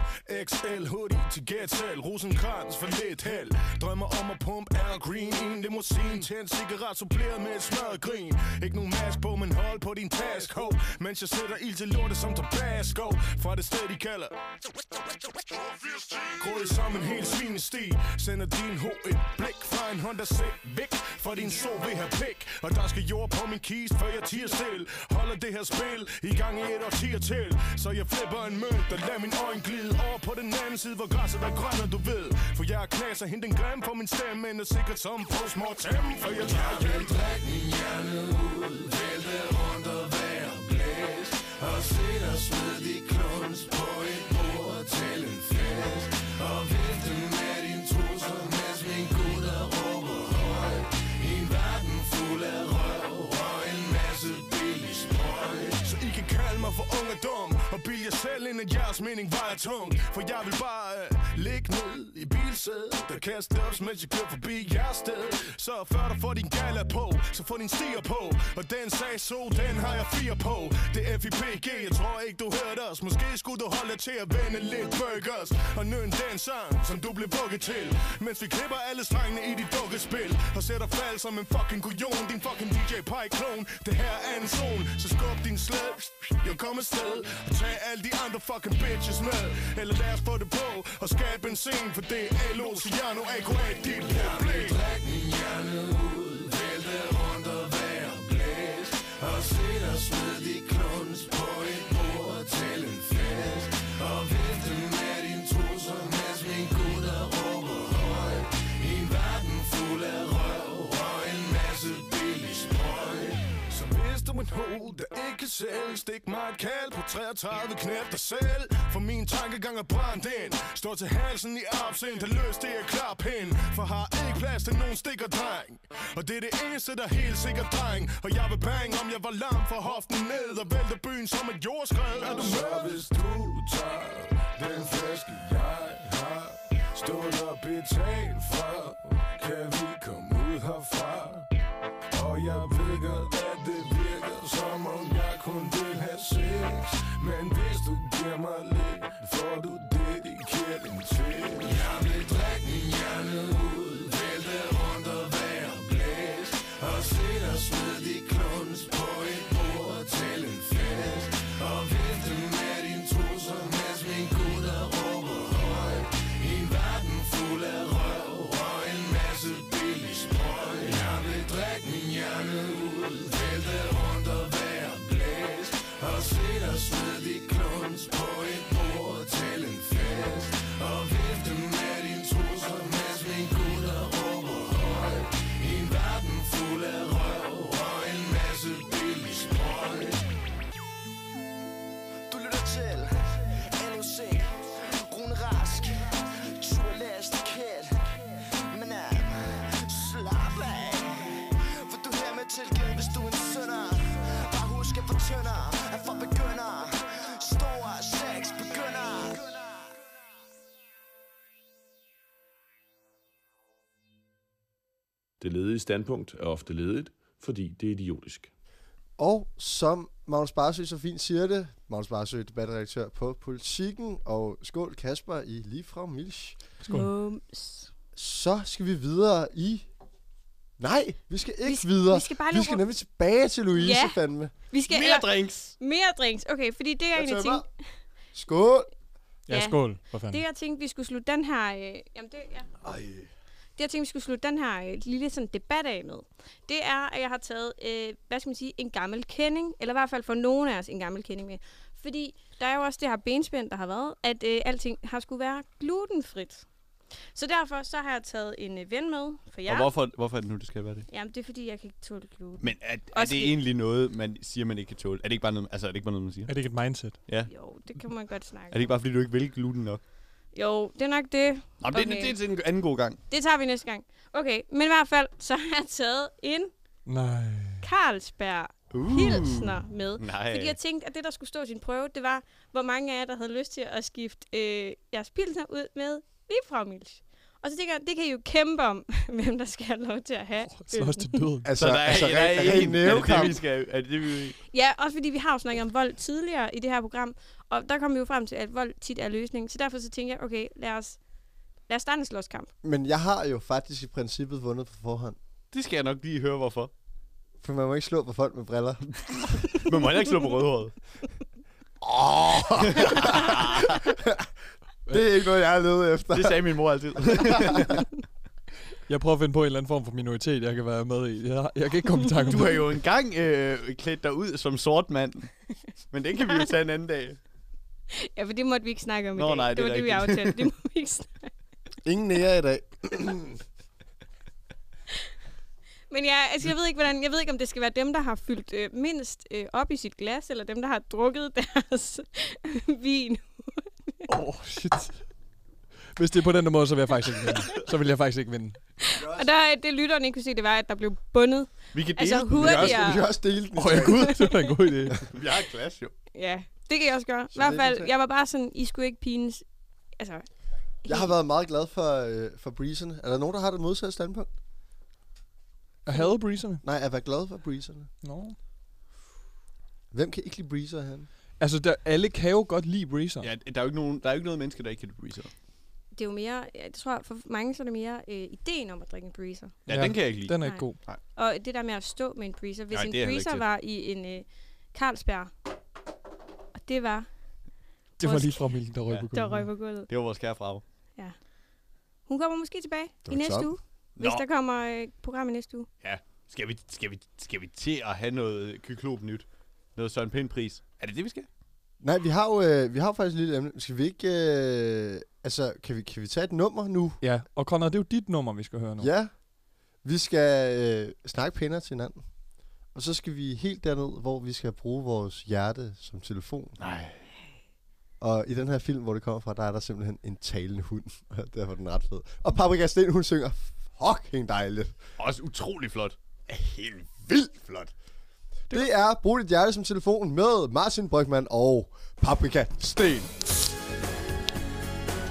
Speaker 10: XL hoodie til gæt selv Rosenkrans for lidt held Drømmer om at pumpe Al Green i en limousine Til en cigaret suppleret med et smørret grin Ikke nogen mask på, men hold på din task ho, Mens jeg sætter ild til lortet som Tabasco Fra det sted, de kalder Grød som en hel svinesti Sender din ho et blik fra en Honda Civic Væk fra din so vil have pik Og der skal jord på min kiste, før jeg tiger stille Holder det her spil i gang i et årtier til Så jeg flipper en mønt og lader min øjne glide Over på den anden side, hvor græsset er grønt, og du ved For jeg er knas og hente en grim for min stemme Men er sikkert som postmortem, for jeg tager hjem Så I kan kalde mig for ung og dum Og bilde jer selv ind, at jeres mening vejer tung For jeg vil bare øh, ligge ned i bilsædet Der kaster op, mens jeg kører forbi jeres sted Så før du får din gala på, så får din stiger på Og den sag så, den har jeg fire på Det er FIPG, jeg tror ikke du hørte os Måske skulle du holde dig til at vende lidt burgers Og nøn den sang, som du blev vugget til Mens vi klipper alle strengene i dit dukkespil Og sætter fald som en fucking kujon Din fucking DJ Pie-klon Det her er en zone, så skub din slæde Jeg kommer sted Og tag alle de andre fucking bitches med Eller lad os få det på Og skabe en scene For det er El Oceano A.K.A. dit problem Så hvis du er en hoved, der ikke kan sælge Stik mig et kald på 33, knæp dig selv For min tankegang er brændt ind Står til halsen i absind, der løs det er klar pind For har ikke plads til nogen stikker dreng Og det er det eneste, der er helt sikkert dreng Og jeg vil bange, om jeg var lam for hoften ned Og vælte byen som et jordskred Er du med? hvis du tager den flaske, jeg har Stået og betalt for Kan vi komme ud herfra? Og jeg ved godt, at det virker som om jeg kun vil have sex Men hvis du giver mig lidt, får du dedikeret en til Jeg vil drikke min hjerne ud, vælte rundt og være blæst Og se dig smide de kluns på et bord til en fest Og vifte med din trusser, mens min gutter råber højt I en verden fuld af røv og en masse billig sprøj Jeg vil drikke min hjerne ud, vælte rundt og være blæst Og se dig smide de kluns på et bord til en fest Og vifte med din trusser, mens min gutter råber højt I en verden fuld af røv og en masse billig sprøj
Speaker 11: Du lytter til LOC Rune Rask Turlæst kæld Men er slap af For du her med tilgivet, hvis du er en sønder Bare husk at fortønder Er for begynder Stor sex begynder
Speaker 3: Det ledige standpunkt er ofte ledigt, fordi det er idiotisk.
Speaker 7: Og som Magnus Barsø så fint siger det, Magnus Barsø, debatredaktør på Politiken, og skål Kasper i lige fra Milch.
Speaker 8: Mums.
Speaker 7: Så skal vi videre i... Nej, vi skal ikke vi
Speaker 8: skal-
Speaker 7: videre.
Speaker 8: vi skal bare lige
Speaker 7: vi skal
Speaker 8: rundt-
Speaker 7: nemlig tilbage til Louise,
Speaker 8: Ja.
Speaker 7: fandme.
Speaker 8: Vi skal,
Speaker 9: Mere drinks.
Speaker 8: mere drinks. Okay, fordi det jeg, jeg
Speaker 7: Jeg
Speaker 8: egentlig
Speaker 7: tømmer.
Speaker 8: tænkte...
Speaker 7: Skål!
Speaker 2: Ja, skål, for fanden.
Speaker 8: Det, jeg tænkte, vi skulle slutte den her... Øh, jamen, det, ja.
Speaker 7: Ej.
Speaker 8: Det, jeg tænkte, vi skulle slutte den her øh, lille sådan, debat af med, det er, at jeg har taget, øh, hvad skal man sige, en gammel kending, eller i hvert fald for nogen af os en gammel kending med. Fordi der er jo også det her benspænd, der har været, at øh, alting har skulle være glutenfrit. Så derfor så har jeg taget en øh, ven med for jer.
Speaker 9: Og hvorfor, hvorfor er det nu, det skal være det?
Speaker 8: Jamen, det er fordi, jeg kan ikke tåle gluten.
Speaker 9: Men er, er
Speaker 8: Også
Speaker 9: det
Speaker 8: i-
Speaker 9: egentlig noget, man siger, man ikke kan tåle? Er det ikke bare noget, altså, er det ikke bare noget man siger?
Speaker 2: Er det ikke et mindset?
Speaker 9: Ja.
Speaker 8: Jo, det kan man godt snakke
Speaker 9: Er det ikke bare, fordi du ikke vil gluten nok?
Speaker 8: Jo, det er nok det.
Speaker 9: Nå, men det, det, det, er en anden god gang.
Speaker 8: det tager vi næste gang. Okay, men i hvert fald, så har jeg taget en
Speaker 2: Nej.
Speaker 8: Carlsberg
Speaker 2: Uh.
Speaker 8: uh, Pilsner med.
Speaker 2: Nej.
Speaker 8: Fordi jeg tænkte, at det, der skulle stå i sin prøve, det var, hvor mange af jer, der havde lyst til at skifte øh, jeres Pilsner ud med Viframils. Og så tænker jeg, det kan I jo kæmpe om, hvem der skal have lov til at have.
Speaker 2: Slås
Speaker 8: Øhm.
Speaker 2: til døden.
Speaker 7: Altså, altså, ren- ren
Speaker 9: en- er det det, vi
Speaker 7: nævekamp.
Speaker 9: skal... Er det det, vi...
Speaker 8: Ja, også fordi vi har jo snakket om vold tidligere i det her program, og der kom vi jo frem til, at vold tit er løsningen. Så derfor så tænkte jeg, okay, lad os, lad os starte en slåskamp.
Speaker 7: Men jeg har jo faktisk i princippet vundet på forhånd.
Speaker 9: Det skal jeg nok lige høre, hvorfor.
Speaker 7: For man må ikke slå på folk med briller.
Speaker 9: Man må heller ikke slå på rødhåret.
Speaker 7: Åh! det er ikke noget, jeg har levet efter.
Speaker 9: Det sagde min mor altid.
Speaker 2: Jeg prøver at finde på en eller anden form for minoritet, jeg kan være med i. Jeg, jeg kan ikke komme i tanke om
Speaker 9: Du har
Speaker 2: det.
Speaker 9: jo engang øh, klædt dig ud som sort mand. Men det kan vi jo tage en anden dag.
Speaker 8: Ja, for det måtte vi ikke snakke om i
Speaker 9: Nå,
Speaker 8: dag.
Speaker 9: nej, det
Speaker 8: det
Speaker 9: er
Speaker 8: var det, vi
Speaker 9: rigtigt.
Speaker 8: aftalte. Det må vi ikke snakke
Speaker 7: Ingen nære i dag.
Speaker 8: Men ja, altså, jeg ved ikke, hvordan, jeg ved ikke om det skal være dem, der har fyldt øh, mindst øh, op i sit glas, eller dem, der har drukket deres vin.
Speaker 2: Åh, oh, shit. Hvis det er på den der måde, så vil jeg faktisk ikke vinde. Så vil jeg faktisk ikke vinde.
Speaker 8: Og der, det lytteren ikke kunne se, det var, at der blev bundet.
Speaker 9: Vi kan
Speaker 8: altså,
Speaker 9: dele den. Vi kan
Speaker 8: hurtigere.
Speaker 9: også- vi kan også
Speaker 7: dele den.
Speaker 2: Åh, oh, ja, gud, det er en god idé.
Speaker 9: Vi har et glas, jo.
Speaker 8: Ja, det kan jeg også gøre. I
Speaker 7: Så
Speaker 8: hvert
Speaker 7: det er
Speaker 8: fald,
Speaker 7: det.
Speaker 8: jeg var bare sådan, I skulle ikke pines. Altså,
Speaker 7: Jeg har været meget glad for, øh, for breezerne. Er der nogen, der har det modsatte standpunkt?
Speaker 2: Jeg havde breezerne.
Speaker 7: Nej, at være glad for breezerne.
Speaker 2: Nå.
Speaker 7: Hvem kan ikke lide breezer herinde?
Speaker 2: Altså, der, alle kan jo godt lide breezer.
Speaker 9: Ja, der er jo ikke, nogen, der er jo ikke noget menneske, der ikke kan lide breezer.
Speaker 8: det er jo mere, jeg tror for mange, så er det mere øh, ideen om at drikke en breezer.
Speaker 9: Ja, den kan jeg ikke lide.
Speaker 2: Den er ikke
Speaker 8: Nej.
Speaker 2: god.
Speaker 9: Nej.
Speaker 8: Og det der med at stå med en breezer. Hvis
Speaker 9: Nej,
Speaker 8: Nej, en
Speaker 9: det er heller
Speaker 8: breezer
Speaker 9: ikke
Speaker 8: var i en øh, Carlsberg, og det var,
Speaker 2: Det var lige fra Milden, der røg
Speaker 9: Ja.
Speaker 2: på
Speaker 8: der røg
Speaker 2: gulvet.
Speaker 8: på gulvet.
Speaker 9: Det var vores kære frage.
Speaker 8: Ja. Hun kommer måske tilbage i
Speaker 7: var
Speaker 8: næste
Speaker 7: top.
Speaker 8: uge. Hvis
Speaker 9: Nå.
Speaker 8: der kommer øh, program i næste uge.
Speaker 9: Ja. Skal vi, skal, vi, skal vi til at have noget kyklop nyt? Noget Søren Pind-pris? Er det det, vi skal?
Speaker 7: Nej, vi har jo øh, vi har jo faktisk et lille emne. Skal vi ikke... Øh, altså, kan vi, kan vi tage et nummer nu?
Speaker 2: Ja, og Conrad, det er jo dit nummer, vi skal høre nu.
Speaker 7: Ja. Vi skal øh, snakke pænere til hinanden. Og så skal vi helt derned, hvor vi skal bruge vores hjerte som telefon.
Speaker 9: Nej.
Speaker 7: Og i den her film, hvor det kommer fra, der er der simpelthen en talende hund. Og derfor er den ret fed. Og Paprika Sten, hun synger fucking dejligt.
Speaker 9: Også utrolig flot.
Speaker 7: Helt vildt flot. Det er Brug dit hjerte som telefon med Martin Brygman og Paprika Sten.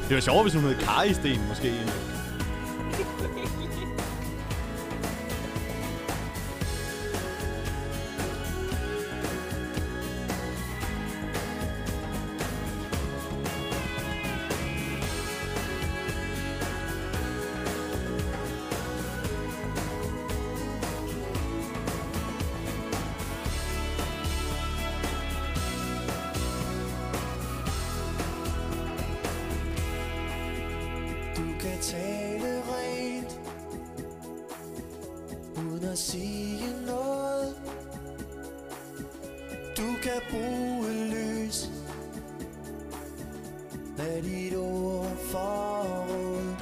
Speaker 9: Det var sjovt, hvis hun hed Kari Sten, måske.
Speaker 11: Du kan tale rent Uden at sige noget Du kan bruge lys Af dit ord forråd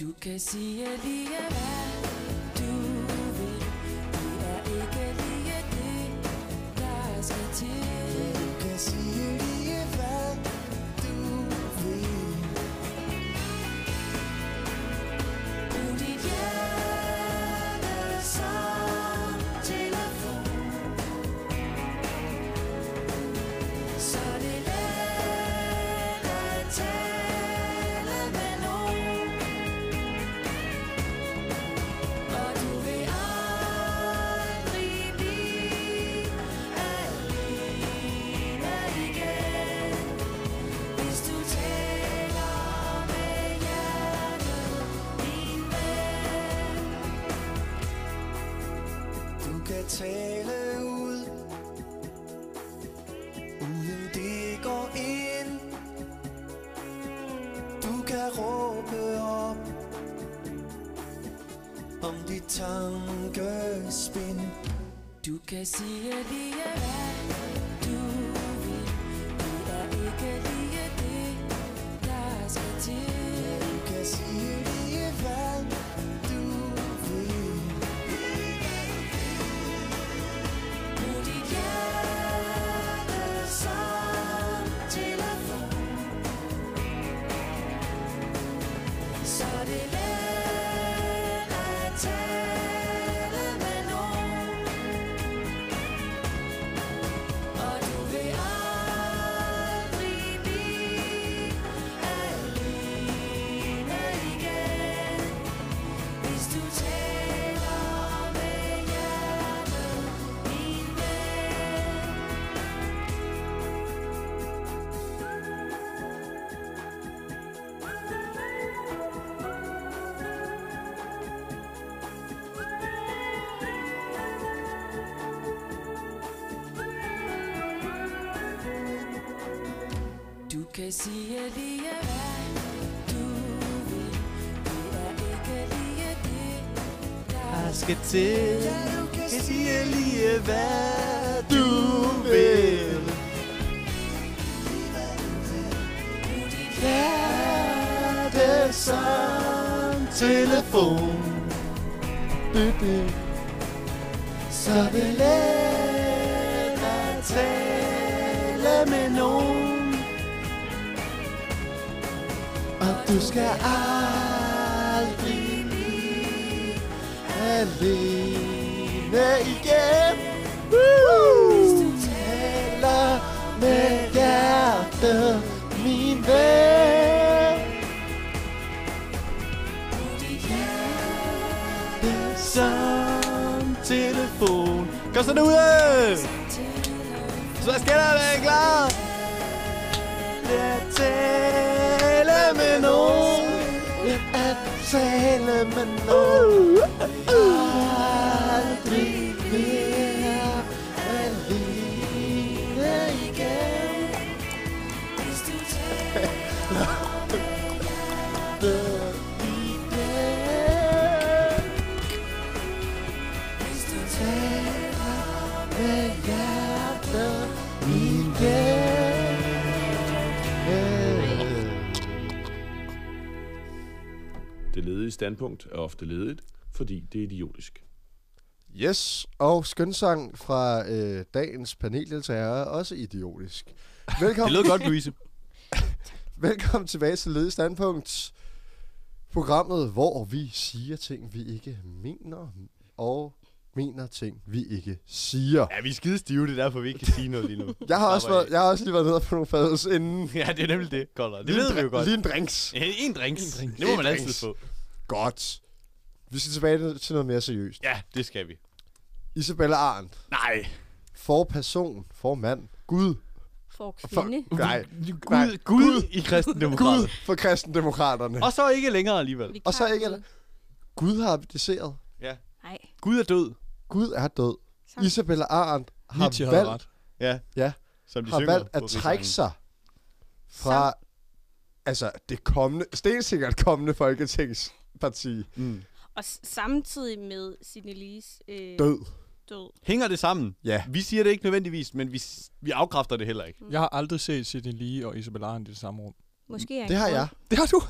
Speaker 12: Du kan sige lige hvad du vil Det er ikke lige det, der skal til
Speaker 11: Du kan sige lige hvad du vil
Speaker 12: Brug dit hjerte som telefon Så det er let at tale med nogen Og du vil aldrig blive alene igen Hvis du taler med hjertet min ven.
Speaker 11: Du kan tale ud Uden det går ind om dit tankespind
Speaker 12: Du kan sige lige hvad du vil Det er ikke lige det, der skal til Du kan sige lige hvad du vil Brug dit hjerte som telefon Så det er let at tale med nogen og du vil aldrig blive alene igen. Hvis du taler med hjertet, min ven. Du kan sige lige hvad du vil Det er ikke lige det, der
Speaker 9: Jeg skal til.
Speaker 12: Ja, du kan
Speaker 9: sige lige hvad
Speaker 12: du
Speaker 9: vil.
Speaker 11: Hjerte som telefon Bøbø Så er det let at tale med nogen Og du skal aldrig blive alene igen Hvis du taler med hjertet, min ven
Speaker 9: Det som telefon. Kom så derude! Så skal der være klar.
Speaker 11: at tale med nogen At tale med nogen Aldrig mere alene igen Hvis du taler i dag Hvis du taler med hjertet i dag
Speaker 3: Det ledige standpunkt er ofte ledigt, fordi det er idiotisk.
Speaker 7: Yes, og skønsang fra øh, dagens paneldeltagere er også idiotisk. Velkommen.
Speaker 9: Det lød godt, Louise.
Speaker 7: Velkommen tilbage til Ledet Standpunkt. Programmet, hvor vi siger ting, vi ikke mener, og mener ting, vi ikke siger.
Speaker 9: Ja, vi er skide stive, det er derfor, vi ikke kan sige noget lige nu.
Speaker 7: Jeg har, også
Speaker 9: Slap af.
Speaker 7: været, jeg har også lige været nede og få nogle fadels inden.
Speaker 9: Ja, det er nemlig det, Kolder. Det
Speaker 7: Lige en
Speaker 9: ved vi jo
Speaker 7: dri-
Speaker 9: godt.
Speaker 7: lige en drinks.
Speaker 9: Ja, en drinks.
Speaker 7: En drinks.
Speaker 9: Det må
Speaker 7: En
Speaker 9: man altid
Speaker 7: drinks.
Speaker 9: få.
Speaker 7: Godt. Vi skal tilbage til noget mere seriøst.
Speaker 9: Ja, det skal vi.
Speaker 7: Isabella Arndt.
Speaker 9: Nej.
Speaker 7: For person, for mand, Gud.
Speaker 8: For
Speaker 7: For,
Speaker 8: kvinde.
Speaker 7: nej,
Speaker 9: Gud,
Speaker 7: nej.
Speaker 9: Gud i kristendemokraterne.
Speaker 7: Gud for kristendemokraterne.
Speaker 9: Og så ikke længere alligevel.
Speaker 7: Og så ikke eller... Gud har abdiceret.
Speaker 9: Ja.
Speaker 8: Nej.
Speaker 9: Gud er død.
Speaker 7: Gud er død. Isabella Arendt har
Speaker 2: Nietzsche havde
Speaker 7: valgt,
Speaker 2: ret.
Speaker 9: Ja.
Speaker 7: ja,
Speaker 9: Som de
Speaker 7: har
Speaker 9: synger
Speaker 7: valgt at
Speaker 9: på
Speaker 7: trække sig
Speaker 9: Rigsdagen.
Speaker 7: fra altså det kommende, stensikkert kommende folketingsparti.
Speaker 9: Mm.
Speaker 8: Og s- samtidig med Signe Lees øh,
Speaker 7: Død.
Speaker 8: død.
Speaker 9: Hænger det sammen?
Speaker 7: Ja.
Speaker 9: Vi siger det ikke nødvendigvis, men vi, s- vi afkræfter det heller ikke.
Speaker 2: Jeg har aldrig set Sidney Lee og Isabel Arendt i det samme rum.
Speaker 8: Måske er
Speaker 7: Det har jeg,
Speaker 2: Det har du.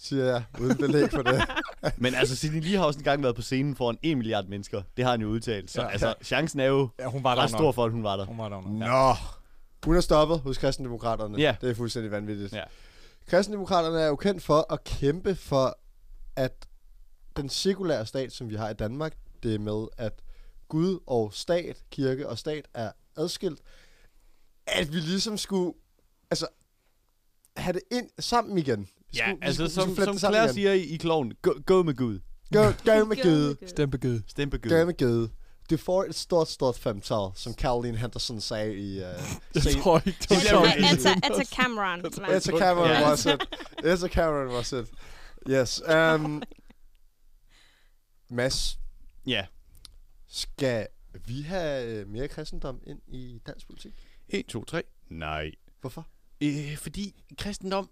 Speaker 7: siger jeg, uden belæg for det.
Speaker 9: Men altså, Sidney Lee har også engang været på scenen foran 1 milliard mennesker. Det har han jo udtalt. Så
Speaker 2: Ja.
Speaker 9: ja, altså, chancen er jo
Speaker 2: Ja, hun var der
Speaker 9: ret
Speaker 2: nok.
Speaker 9: stor for, at hun var der.
Speaker 2: Hun var der
Speaker 7: Nå.
Speaker 2: nok.
Speaker 7: Hun er stoppet hos kristendemokraterne.
Speaker 9: Ja.
Speaker 7: Det er fuldstændig vanvittigt.
Speaker 9: Ja.
Speaker 7: Kristendemokraterne er jo kendt for at kæmpe for, at den sekulære stat, som vi har i Danmark, det er med, at Gud og stat, kirke og stat er adskilt. At vi ligesom skulle altså, have det ind sammen igen. Vi
Speaker 9: Ja,
Speaker 7: skulle,
Speaker 9: altså,
Speaker 7: vi
Speaker 9: som,
Speaker 7: skulle flette
Speaker 9: som
Speaker 7: det sammen
Speaker 9: Claire
Speaker 7: igen.
Speaker 9: siger i, i Kloven, gå, gå med Gud.
Speaker 7: Go, go med Gud.
Speaker 2: Stem på Gud.
Speaker 9: Stem på Gud.
Speaker 7: Go med Gud. Du får et stort, stort femtal, som Caroline Henderson sagde i... Uh,
Speaker 2: Jeg tror ikke, det var
Speaker 8: Altså,
Speaker 2: sådan.
Speaker 8: altså, altså Cameron. var-
Speaker 7: It's a Cameron
Speaker 9: Yeah.
Speaker 7: was it. It's a Cameron was it. Yes. Um, Mads,
Speaker 9: Ja.
Speaker 7: skal vi have øh, mere kristendom ind i dansk politik?
Speaker 9: 1, 2, 3. Nej.
Speaker 7: Hvorfor?
Speaker 9: Øh, fordi kristendom,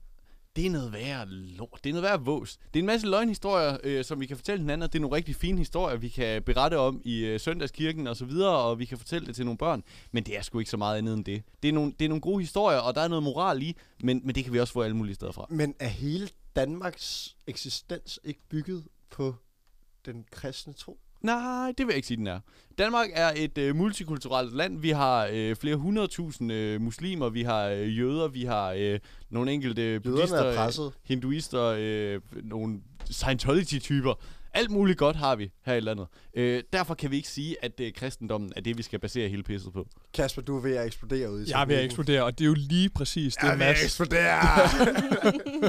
Speaker 9: det er noget værre lort. Det er noget værre vås. Det er en masse løgnhistorier, øh, som vi kan fortælle hinanden, og det er nogle rigtig fine historier, vi kan berette om i øh, søndagskirken og så videre, og vi kan fortælle det til nogle børn. Men det er sgu ikke så meget andet end det. Det er nogle, det er nogle gode historier, og der er noget moral i, men, men det kan vi også få alle mulige steder fra.
Speaker 7: Men er hele Danmarks eksistens ikke bygget på den kristne tro?
Speaker 9: Nej, det vil jeg ikke sige, den er. Danmark er et øh, multikulturelt land. Vi har øh, flere hundredtusind øh, muslimer, vi har øh, jøder, vi har øh, nogle enkelte buddhister, øh,
Speaker 7: presset.
Speaker 9: hinduister, øh, nogle Scientology-typer. Alt muligt godt har vi her i landet. Øh, derfor kan vi ikke sige, at øh, kristendommen er det, vi skal basere hele pisset på.
Speaker 7: Kasper, du er ved at eksplodere ud i
Speaker 2: Jeg vil eksplodere, og det er jo lige præcis det,
Speaker 7: Jeg er ved at
Speaker 2: Mads-
Speaker 7: eksplodere!
Speaker 2: det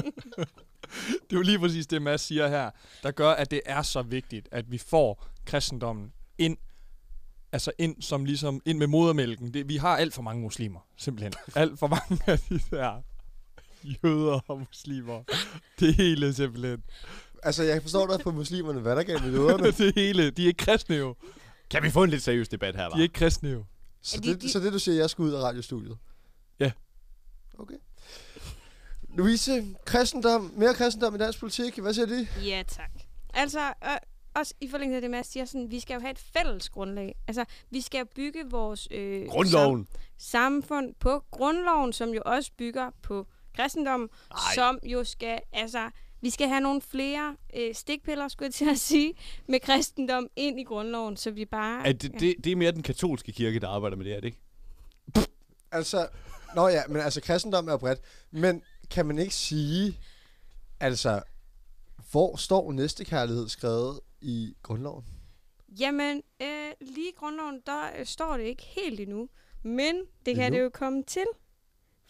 Speaker 2: er jo lige præcis det, Mads siger her, der gør, at det er så vigtigt, at vi får kristendommen ind altså ind som ligesom ind med modermælken. Det, vi har alt for mange muslimer, simpelthen. alt for mange af de der jøder og muslimer. Det hele simpelthen.
Speaker 7: Altså, jeg forstår dig på muslimerne, hvad der gav med jøderne.
Speaker 2: det hele. De er ikke kristne jo.
Speaker 9: Kan vi få en lidt seriøs debat her, hva'?
Speaker 2: De er ikke kristne jo.
Speaker 7: Så, det, så det, du siger, jeg skal ud af radiostudiet?
Speaker 2: Ja.
Speaker 7: Okay. Louise, kristendom, mere kristendom i dansk politik, hvad siger de?
Speaker 8: Ja, tak. Altså, øh, også i forlængelse af det, Mads siger sådan, vi skal jo have et fælles grundlag. Altså, vi skal jo bygge vores... Øh,
Speaker 9: Grundloven.
Speaker 8: sam- samfund på grundloven, som jo også bygger på kristendommen, som jo skal... Altså, vi skal have nogle flere øh, stikpiller, skulle jeg til at sige, med kristendom ind i grundloven, så vi bare...
Speaker 9: At det, det, det er mere den katolske kirke, der arbejder med det her, er det ikke?
Speaker 7: Altså, nå ja, men altså, kristendom er jo bredt. Men kan man ikke sige, altså, hvor står næstekærlighed skrevet i grundloven?
Speaker 8: Jamen, øh, lige i grundloven, der øh, står det ikke helt endnu. Men det kan
Speaker 7: Endnu?
Speaker 8: det jo komme til.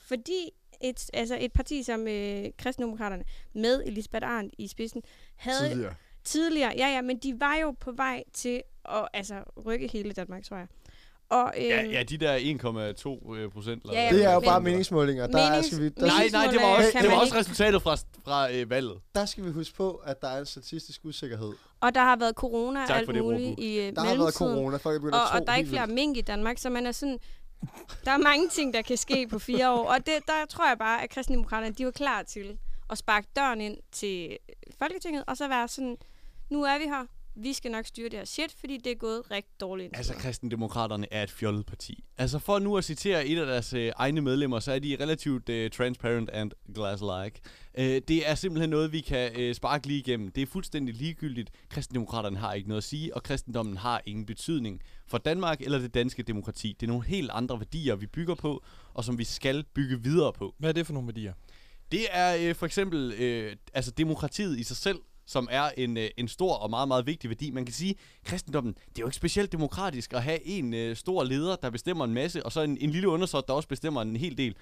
Speaker 8: Fordi et, altså et parti som øh, Kristendemokraterne med Elisabeth Arndt i spidsen havde...
Speaker 7: Tidligere.
Speaker 8: Tidligere, ja ja, men de var jo på vej til at altså, rykke hele Danmark, tror jeg. Og, øh,
Speaker 9: Ja, ja, de der 1,2 øh, procent. eller
Speaker 8: Ja, ja,
Speaker 9: hvad
Speaker 7: Det er jo
Speaker 9: det
Speaker 7: bare meningsmålinger. Der er, skal vi, der,
Speaker 9: Nej, nej, det
Speaker 8: Meningsmålinger
Speaker 9: var også,
Speaker 8: kan
Speaker 9: det var
Speaker 8: man
Speaker 9: også
Speaker 8: ikke-
Speaker 9: resultatet fra, fra øh, valget.
Speaker 7: der skal vi huske på, at der er en statistisk usikkerhed.
Speaker 8: og der har været corona og
Speaker 9: Tak
Speaker 8: alt
Speaker 9: for det,
Speaker 8: muligt
Speaker 9: Robo.
Speaker 8: i øh,
Speaker 7: Der har været
Speaker 8: mellemtiden.
Speaker 7: corona, folk er begyndt
Speaker 8: og,
Speaker 7: at tro
Speaker 8: og der er ikke
Speaker 7: helt
Speaker 8: flere mink i Danmark, så man er sådan... Der er mange ting, der kan ske på fire år, og det, der tror jeg bare, at kristendemokraterne, de var klar til at sparke døren ind til Folketinget, og så være sådan, nu er vi her, vi skal nok styre det her shit, fordi det er gået rigtig dårligt.
Speaker 9: Altså, kristendemokraterne er et fjollet parti. Altså, for nu at citere et af deres øh, egne medlemmer, så er de relativt øh, transparent and glass-like. Øh, det er simpelthen noget, vi kan øh, sparke lige igennem. Det er fuldstændig ligegyldigt. Kristendemokraterne har ikke noget at sige, og kristendommen har ingen betydning for Danmark eller det danske demokrati. Det er nogle helt andre værdier, vi bygger på, og som vi skal bygge videre på.
Speaker 2: Hvad er det for nogle værdier?
Speaker 9: Det er øh, for eksempel øh, altså demokratiet i sig selv, som er en, øh, en stor og meget, meget vigtig værdi. Man kan sige, kristendommen, det er jo ikke specielt demokratisk at have en øh, stor leder, der bestemmer en masse, og så en, en lille undersåt, der også bestemmer en hel del.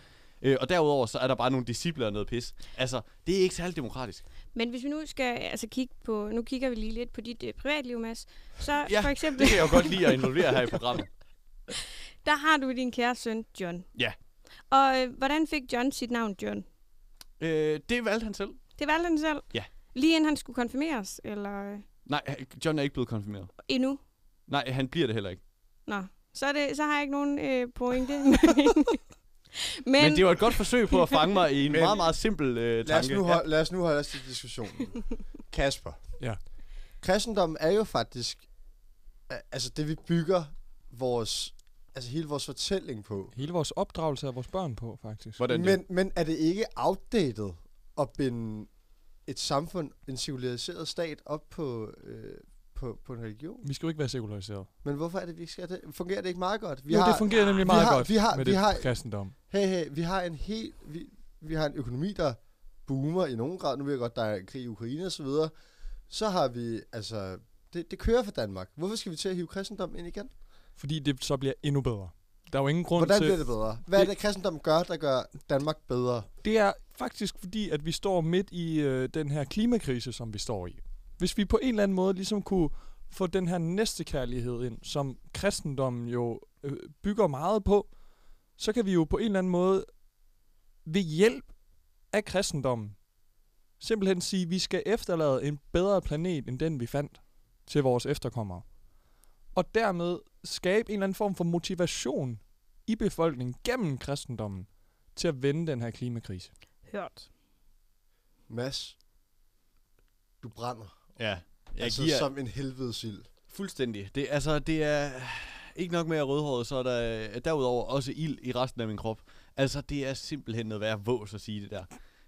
Speaker 9: Øh, og derudover, så er der bare nogle discipler og noget pis. Altså, det er ikke særlig demokratisk.
Speaker 8: Men hvis vi nu skal altså, kigge på, nu kigger vi lige lidt på dit øh, privatliv, Mads, så for eksempel,
Speaker 9: det kan jeg jo godt lide at involvere her i programmet.
Speaker 8: der har du din kære søn, John.
Speaker 9: Ja.
Speaker 8: Og øh, hvordan fik John sit navn, John?
Speaker 9: Øh, det valgte han selv.
Speaker 8: Det valgte han selv?
Speaker 9: Ja.
Speaker 8: Lige inden han skulle konfirmeres, eller øh,
Speaker 9: Nej, han- John er ikke blevet konfirmeret.
Speaker 8: endnu?
Speaker 9: Nej, han bliver det heller ikke.
Speaker 8: Nå, så, er det, så har jeg ikke nogen øh, pointe. Men,
Speaker 9: Men, Men det var et godt forsøg på at fange mig i en
Speaker 7: Men-
Speaker 9: meget, meget simpel øh, tanke.
Speaker 7: Lad os, nu
Speaker 9: Ja.
Speaker 7: hold, lad os nu holde os til diskussionen. Kasper.
Speaker 2: Ja.
Speaker 7: Kristendommen er jo faktisk øh, altså det, vi bygger vores, altså hele vores fortælling på.
Speaker 2: Hele vores opdragelse af vores børn på, faktisk.
Speaker 7: men, men er det ikke outdated at binde et samfund, en civiliseret stat, op på, øh, på, på en religion?
Speaker 2: Vi skal jo ikke være sekulariseret.
Speaker 7: Men hvorfor er det, vi ikke skal det? Fungerer det ikke meget godt?
Speaker 2: Vi jo, har, det fungerer nemlig meget
Speaker 7: vi har,
Speaker 2: godt
Speaker 7: vi har,
Speaker 2: med
Speaker 7: vi
Speaker 2: det
Speaker 7: har,
Speaker 2: kristendom.
Speaker 7: Hey, hey, vi har en helt... Vi, vi har en økonomi, der boomer i nogen grad. Nu ved jeg godt, der er krig i Ukraine og så videre. Så har vi... Altså, det, det kører for Danmark. Hvorfor skal vi til at hive kristendom ind igen?
Speaker 2: Fordi det så bliver endnu bedre. Der er jo ingen grund
Speaker 7: Hvordan
Speaker 2: til...
Speaker 7: bliver det bedre? Hvad er det, kristendommen gør, der gør Danmark bedre?
Speaker 2: Det er faktisk fordi, at vi står midt i øh, den her klimakrise, som vi står i. Hvis vi på en eller anden måde ligesom kunne få den her næste kærlighed ind, som kristendommen jo øh, bygger meget på, så kan vi jo på en eller anden måde ved hjælp af kristendommen simpelthen sige, at vi skal efterlade en bedre planet end den, vi fandt til vores efterkommere. Og dermed skabe en eller anden form for motivation i befolkningen gennem kristendommen til at vende den her klimakrise.
Speaker 8: Hørt.
Speaker 7: Mads, du brænder.
Speaker 9: Ja. Jeg
Speaker 7: altså,
Speaker 9: giver-
Speaker 7: som en helvedes ild.
Speaker 9: Fuldstændig. Det, altså, det er ikke nok med at rødhåret, så er der øh, derudover også ild i resten af min krop. Altså, det er simpelthen noget værd vås at sige det der.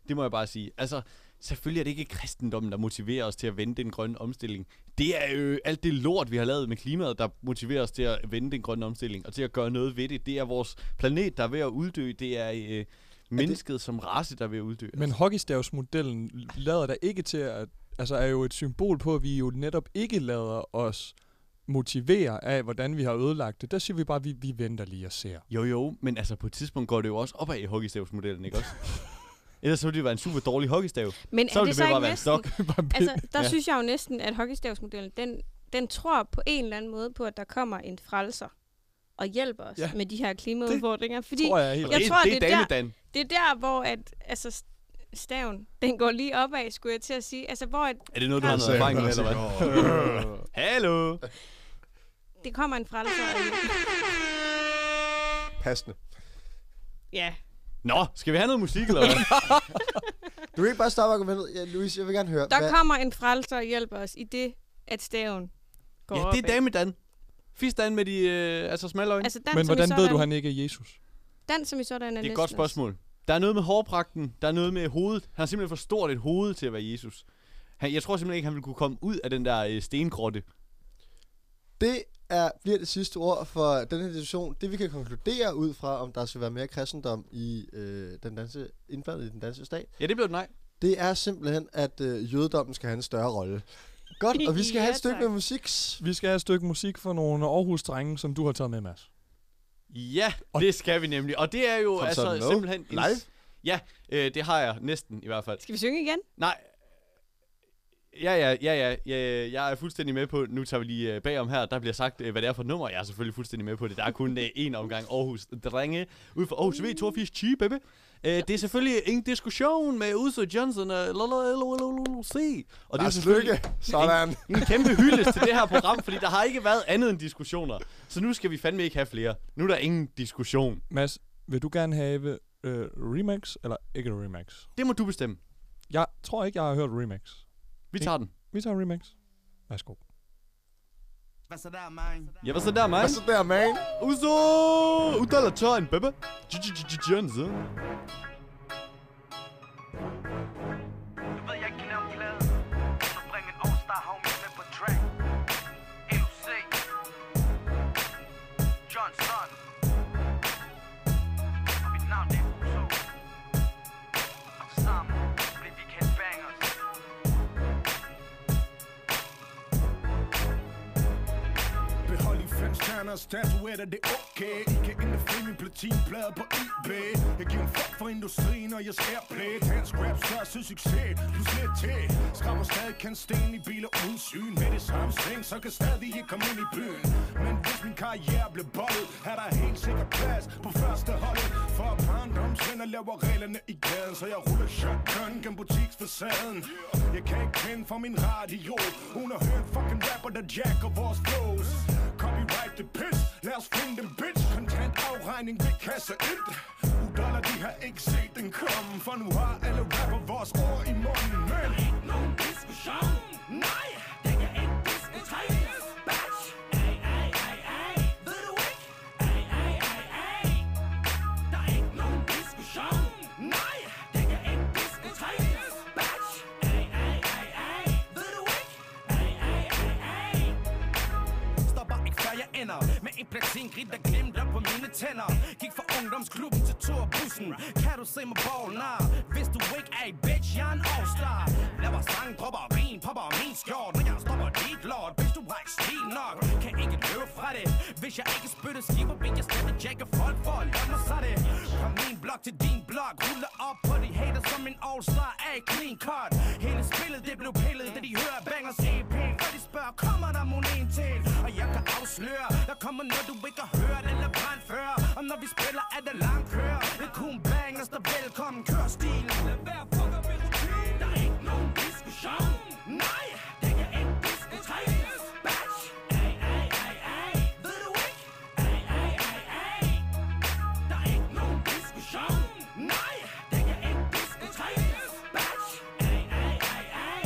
Speaker 9: Det må jeg bare sige. Altså, selvfølgelig er det ikke kristendommen, der motiverer os til at vende den grønne omstilling. Det er jo alt det lort, vi har lavet med klimaet, der motiverer os til at vende den grønne omstilling og til at gøre noget ved det. Det er vores planet, der er ved at uddø. Det er øh, mennesket det... som race, der er ved at uddø.
Speaker 2: Men hockeystavsmodellen lader der ikke til at... Altså er jo et symbol på, at vi jo netop ikke lader os motivere af, hvordan vi har ødelagt det. Der siger vi bare, at vi, vi venter lige og ser.
Speaker 9: Jo, jo, men altså på et tidspunkt går det jo også opad i hockeystavsmodellen, ikke også? Ellers så ville det være en super dårlig hockeystav.
Speaker 8: Men
Speaker 9: så
Speaker 8: er
Speaker 9: ville
Speaker 8: det så
Speaker 9: bare
Speaker 8: ikke
Speaker 9: være en
Speaker 8: næsten...
Speaker 9: stok.
Speaker 8: altså, der ja. synes jeg jo næsten, at hockeystavsmodellen, den, den tror på en eller anden måde på, at der kommer en frelser og hjælper os
Speaker 9: Ja.
Speaker 8: ja. med de her klimaudfordringer. Fordi
Speaker 9: tror jeg helt
Speaker 8: jeg
Speaker 9: vildt.
Speaker 8: tror,
Speaker 9: Det-
Speaker 8: det,
Speaker 9: det er
Speaker 8: er der,
Speaker 9: Damedan.
Speaker 8: det er der, hvor at, altså, st- staven, den går lige opad, skulle jeg til at sige. Altså, hvor at,
Speaker 9: Er det noget, du har noget
Speaker 2: Sagde
Speaker 9: erfaring med,
Speaker 2: han
Speaker 9: eller
Speaker 2: altså.
Speaker 9: hvad? Hallo?
Speaker 8: det kommer en frelser. Og
Speaker 7: Passende.
Speaker 8: ja,
Speaker 9: Nå, skal vi have noget musik, eller hvad?
Speaker 7: Du kan ikke bare stoppe argumentet. Ja, Louise, jeg vil gerne høre.
Speaker 8: der kommer en frelser og hjælper os i det, at staven går
Speaker 9: ja, det er
Speaker 8: opad.
Speaker 9: damedan. Fisdan med de øh, altså smalle øjne.
Speaker 8: Altså, dans Men som i hvordan ved sådan. du, han
Speaker 2: ikke er Jesus?
Speaker 8: Dan, som i sådan er
Speaker 9: Det er et
Speaker 8: næsten
Speaker 9: godt
Speaker 8: også.
Speaker 9: spørgsmål. Der er noget med hårpragten, der er noget med hovedet. Han har simpelthen for stort et hoved til at være Jesus. Han, jeg tror simpelthen ikke, han ville kunne komme ud af den der øh, stengrotte.
Speaker 7: Det er, bliver det sidste ord for den her diskussion. Det vi kan konkludere ud fra, om der skal være mere kristendom i øh, den danske, indblandet i den danske stat.
Speaker 9: Ja, det blev et nej.
Speaker 7: Det er simpelthen, at øh, jødedommen skal have en større rolle. Godt, og vi skal have et stykke med musik.
Speaker 2: Vi skal have et stykke musik for nogle Aarhus-drenge, som du har taget med, Mads.
Speaker 9: Ja, og det skal vi nemlig. Og det er jo
Speaker 2: Kom så,
Speaker 9: altså
Speaker 2: no.
Speaker 9: simpelthen... en-
Speaker 2: Live?
Speaker 9: Ja, øh, det har jeg næsten i hvert fald.
Speaker 8: Skal vi synge igen?
Speaker 9: Nej. Ja, ja, ja, ja, ja, jeg er fuldstændig med på, nu tager vi lige øh, bagom her, der bliver sagt, øh, hvad det er for et nummer, jeg er selvfølgelig fuldstændig med på det, der er kun øh, en omgang Aarhus Drenge, ud for Aarhus V82 Chi, baby. Øh, Det er selvfølgelig en diskussion med Uso Johnson og LLLLC. Og det er
Speaker 7: Lars
Speaker 9: selvfølgelig
Speaker 7: Løkke. Sådan.
Speaker 9: En, en kæmpe hyldest til det her program, fordi der har ikke været andet end diskussioner. Så nu skal vi fandme ikke have flere. Nu er der ingen diskussion.
Speaker 2: Mads, vil du gerne have øh, remix eller ikke remix?
Speaker 9: Det må du bestemme.
Speaker 2: Jeg tror ikke, jeg har hørt remix.
Speaker 9: Vi tager den.
Speaker 2: Vi tager remix. Værsgo.
Speaker 13: Hvad så der, man?
Speaker 9: Ja, hvad så der, man? Hvad så
Speaker 7: der, man?
Speaker 9: Uso! Uddaler tøjen, baby. Johnson.
Speaker 13: Johnson. Og mit navn det er Uso. Og sammen bliver vi kendt bangers.
Speaker 10: Behold i fem stjerner og statuetter, det er okay I kan indefri min platinplade på eBay Jeg giver en fuck for industrien og jeres airplay Dansk rap så sød succes, plus lidt til Skraber stadig kan sten i biler uden syn Med det samme sving, så kan stadig ikke komme ind i byen Men hvis min karriere blev boldet Er der helt sikkert plads på første hold For barndomsvenner laver reglerne i gaden Så jeg ruller shotgun gennem butiksfacaden Jeg kan ikke kende for min radio Uden at høre en fucking rapper, der jacker vores flows Copyright the pitch, lad os finde den bitch Kontant afregning ved kasse 1 Udaller, de har ikke set den komme For nu har alle rapper vores ord i munden Men der er ikke nogen diskussion Nej, det kan ikke diskuteres Batch, ay, ay, ay, ay Ved du ikke? Ay, ay, ay, ay Der er ikke nogen diskussion Nej, det kan ikke diskuteres Batch, ay, ay, ay, ay Ved du ikke? Ay, ay, ay, ay
Speaker 13: Stopper ikke før jeg ender Med en platinkrig der glimter på mine tænder Gik fra ungdomsklubben til turbussen Kan du se mig ball? Nah, hvis du ikke er et bitch, jeg er en all-star Laver sang, dropper vin, popper min skjort Når jeg stopper dit lort, hvis du har ikke stil nok Kan ikke løbe fra det Hvis jeg ikke spytter skiver, vil jeg stadig jacke folk for at lade mig så det Fra min blok til din blok Ruller op på de hater som en all-star af et clean cut Hele spillet det blev pillet, da de hører bangers EP Før de spørger, kommer der mon en til? Og jeg kan afsløre, der kommer noget du ikke har hørt eller brændt før Og når vi spiller, er der lang kør Det er kun bangers, der velkommen kør stilen Lad være fucker med rutinen Der er ikke nogen diskussion Nej, det kan ikke diskuteres Batch, ay, ay, ay, ay Ved du ikke? Ay, ay, ay, ay Der er ikke nogen diskussion Nej, det kan ikke diskuteres Batch, ay,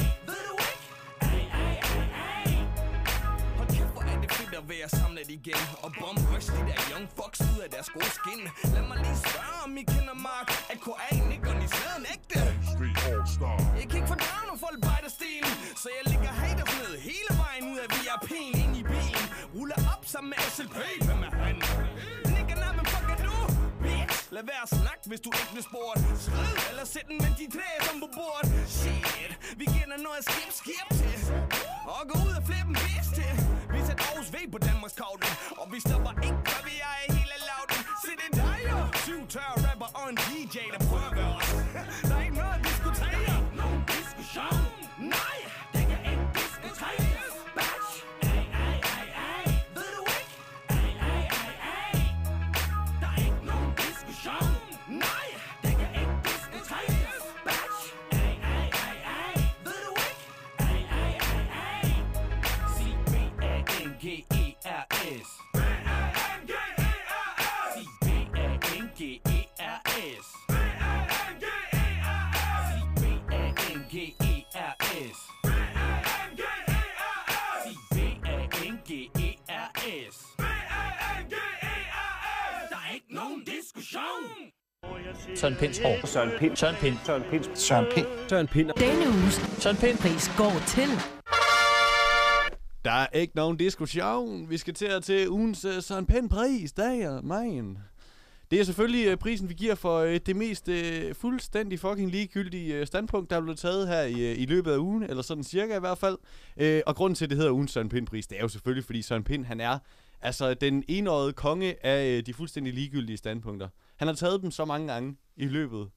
Speaker 6: er ved at samle det igen Og bombe rush de der young fucks ud af deres gode skin Lad mig lige spørge om I kender Mark Er KA ikke organiseret en ægte? Jeg kan ikke fordrage nogen folk bejdersten Så jeg ligger haters ned hele vejen ud af VIP'en ind i bilen Ruller op sammen med SLP Hvem er han? Nigga, nej, men fuck er du? Bitch, lad være at snakke, hvis du ikke vil sport Skrid, eller sæt den med de træ som på bord Shit, vi kender noget skib skib til Og gå ud og flip en bis til Vi sætter Aarhus V på Danmarks kort Og vi stopper ikke, før vi er i hele lauten Se, det er dig jo Syv tørre rapper og en DJ, der prøver os Der er ikke noget at diskutere Nogen diskussion? Nej, det kan ikke diskuteres Batch, ay, ay, ay, ay Ved du ikke? Ay, ay, ay, ay Der er ikke nogen diskussion Nej, det kan ikke diskuteres Batch, ay, ay, ay, ay Ved du ikke? Ay, ay, ay, ay E C-B-A-N-G-E-R-S B-A-N-G-E-R-S E C-B-A-N-G-E-R-S E B-A-N-G-E-R-S E B-A-N-G-E-R-S Der er ikke nogen diskussion
Speaker 1: Søren Pinds hår. Søren Pind. Søren Pind. Søren Pind. Søren Pind.
Speaker 9: Søren Pind.
Speaker 1: Denne uges Søren Pind pris går til...
Speaker 9: Der er ikke nogen diskussion. Vi skal til at til ugens uh, Søren Pind pris. Der er man. Det er selvfølgelig øh, prisen, vi giver for øh, det mest øh, fuldstændig fucking ligegyldige øh, standpunkt, der er blevet taget her i, øh, i løbet af ugen, eller sådan cirka i hvert fald. Øh, og grunden til, at det hedder ugens Søren Pind-pris, det er jo selvfølgelig, fordi Søren Pind, han er altså den enøjede konge af øh, de fuldstændig ligegyldige standpunkter. Han har taget dem så mange gange i løbet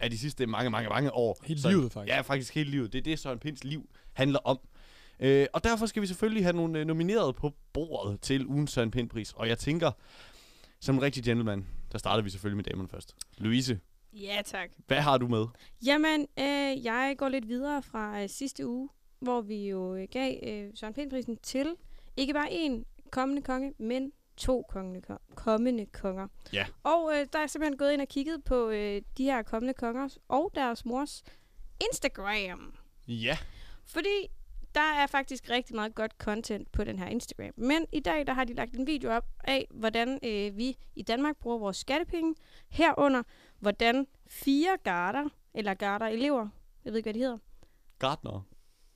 Speaker 9: af de sidste mange, mange, mange år.
Speaker 2: Hele
Speaker 9: Så-
Speaker 2: livet, faktisk.
Speaker 9: Ja, faktisk hele livet. Det er det, Søren Pinds liv handler om. Øh, og derfor skal vi selvfølgelig have nogle øh, nomineret på bordet til ugens Søren Pind-pris. Og jeg tænker, som en rigtig gentleman, der starter vi selvfølgelig med damerne først. Louise,
Speaker 8: Ja, tak.
Speaker 9: hvad har du med?
Speaker 8: Jamen, øh, jeg går lidt videre fra øh, sidste uge, hvor vi jo øh, gav øh, Søren Pind-prisen til ikke bare én kommende konge, men to kommende, ko- kommende konger.
Speaker 9: Ja.
Speaker 8: Og øh, der er simpelthen gået ind og kigget på øh, de her kommende konger og deres mors Instagram.
Speaker 9: Ja.
Speaker 8: Fordi der er faktisk rigtig meget godt content på den her Instagram. Men i dag der har de lagt en video op af, hvordan øh, vi i Danmark bruger vores skattepenge. Herunder, hvordan fire garder, eller garder elever, jeg ved ikke, hvad de hedder.
Speaker 9: Gardner.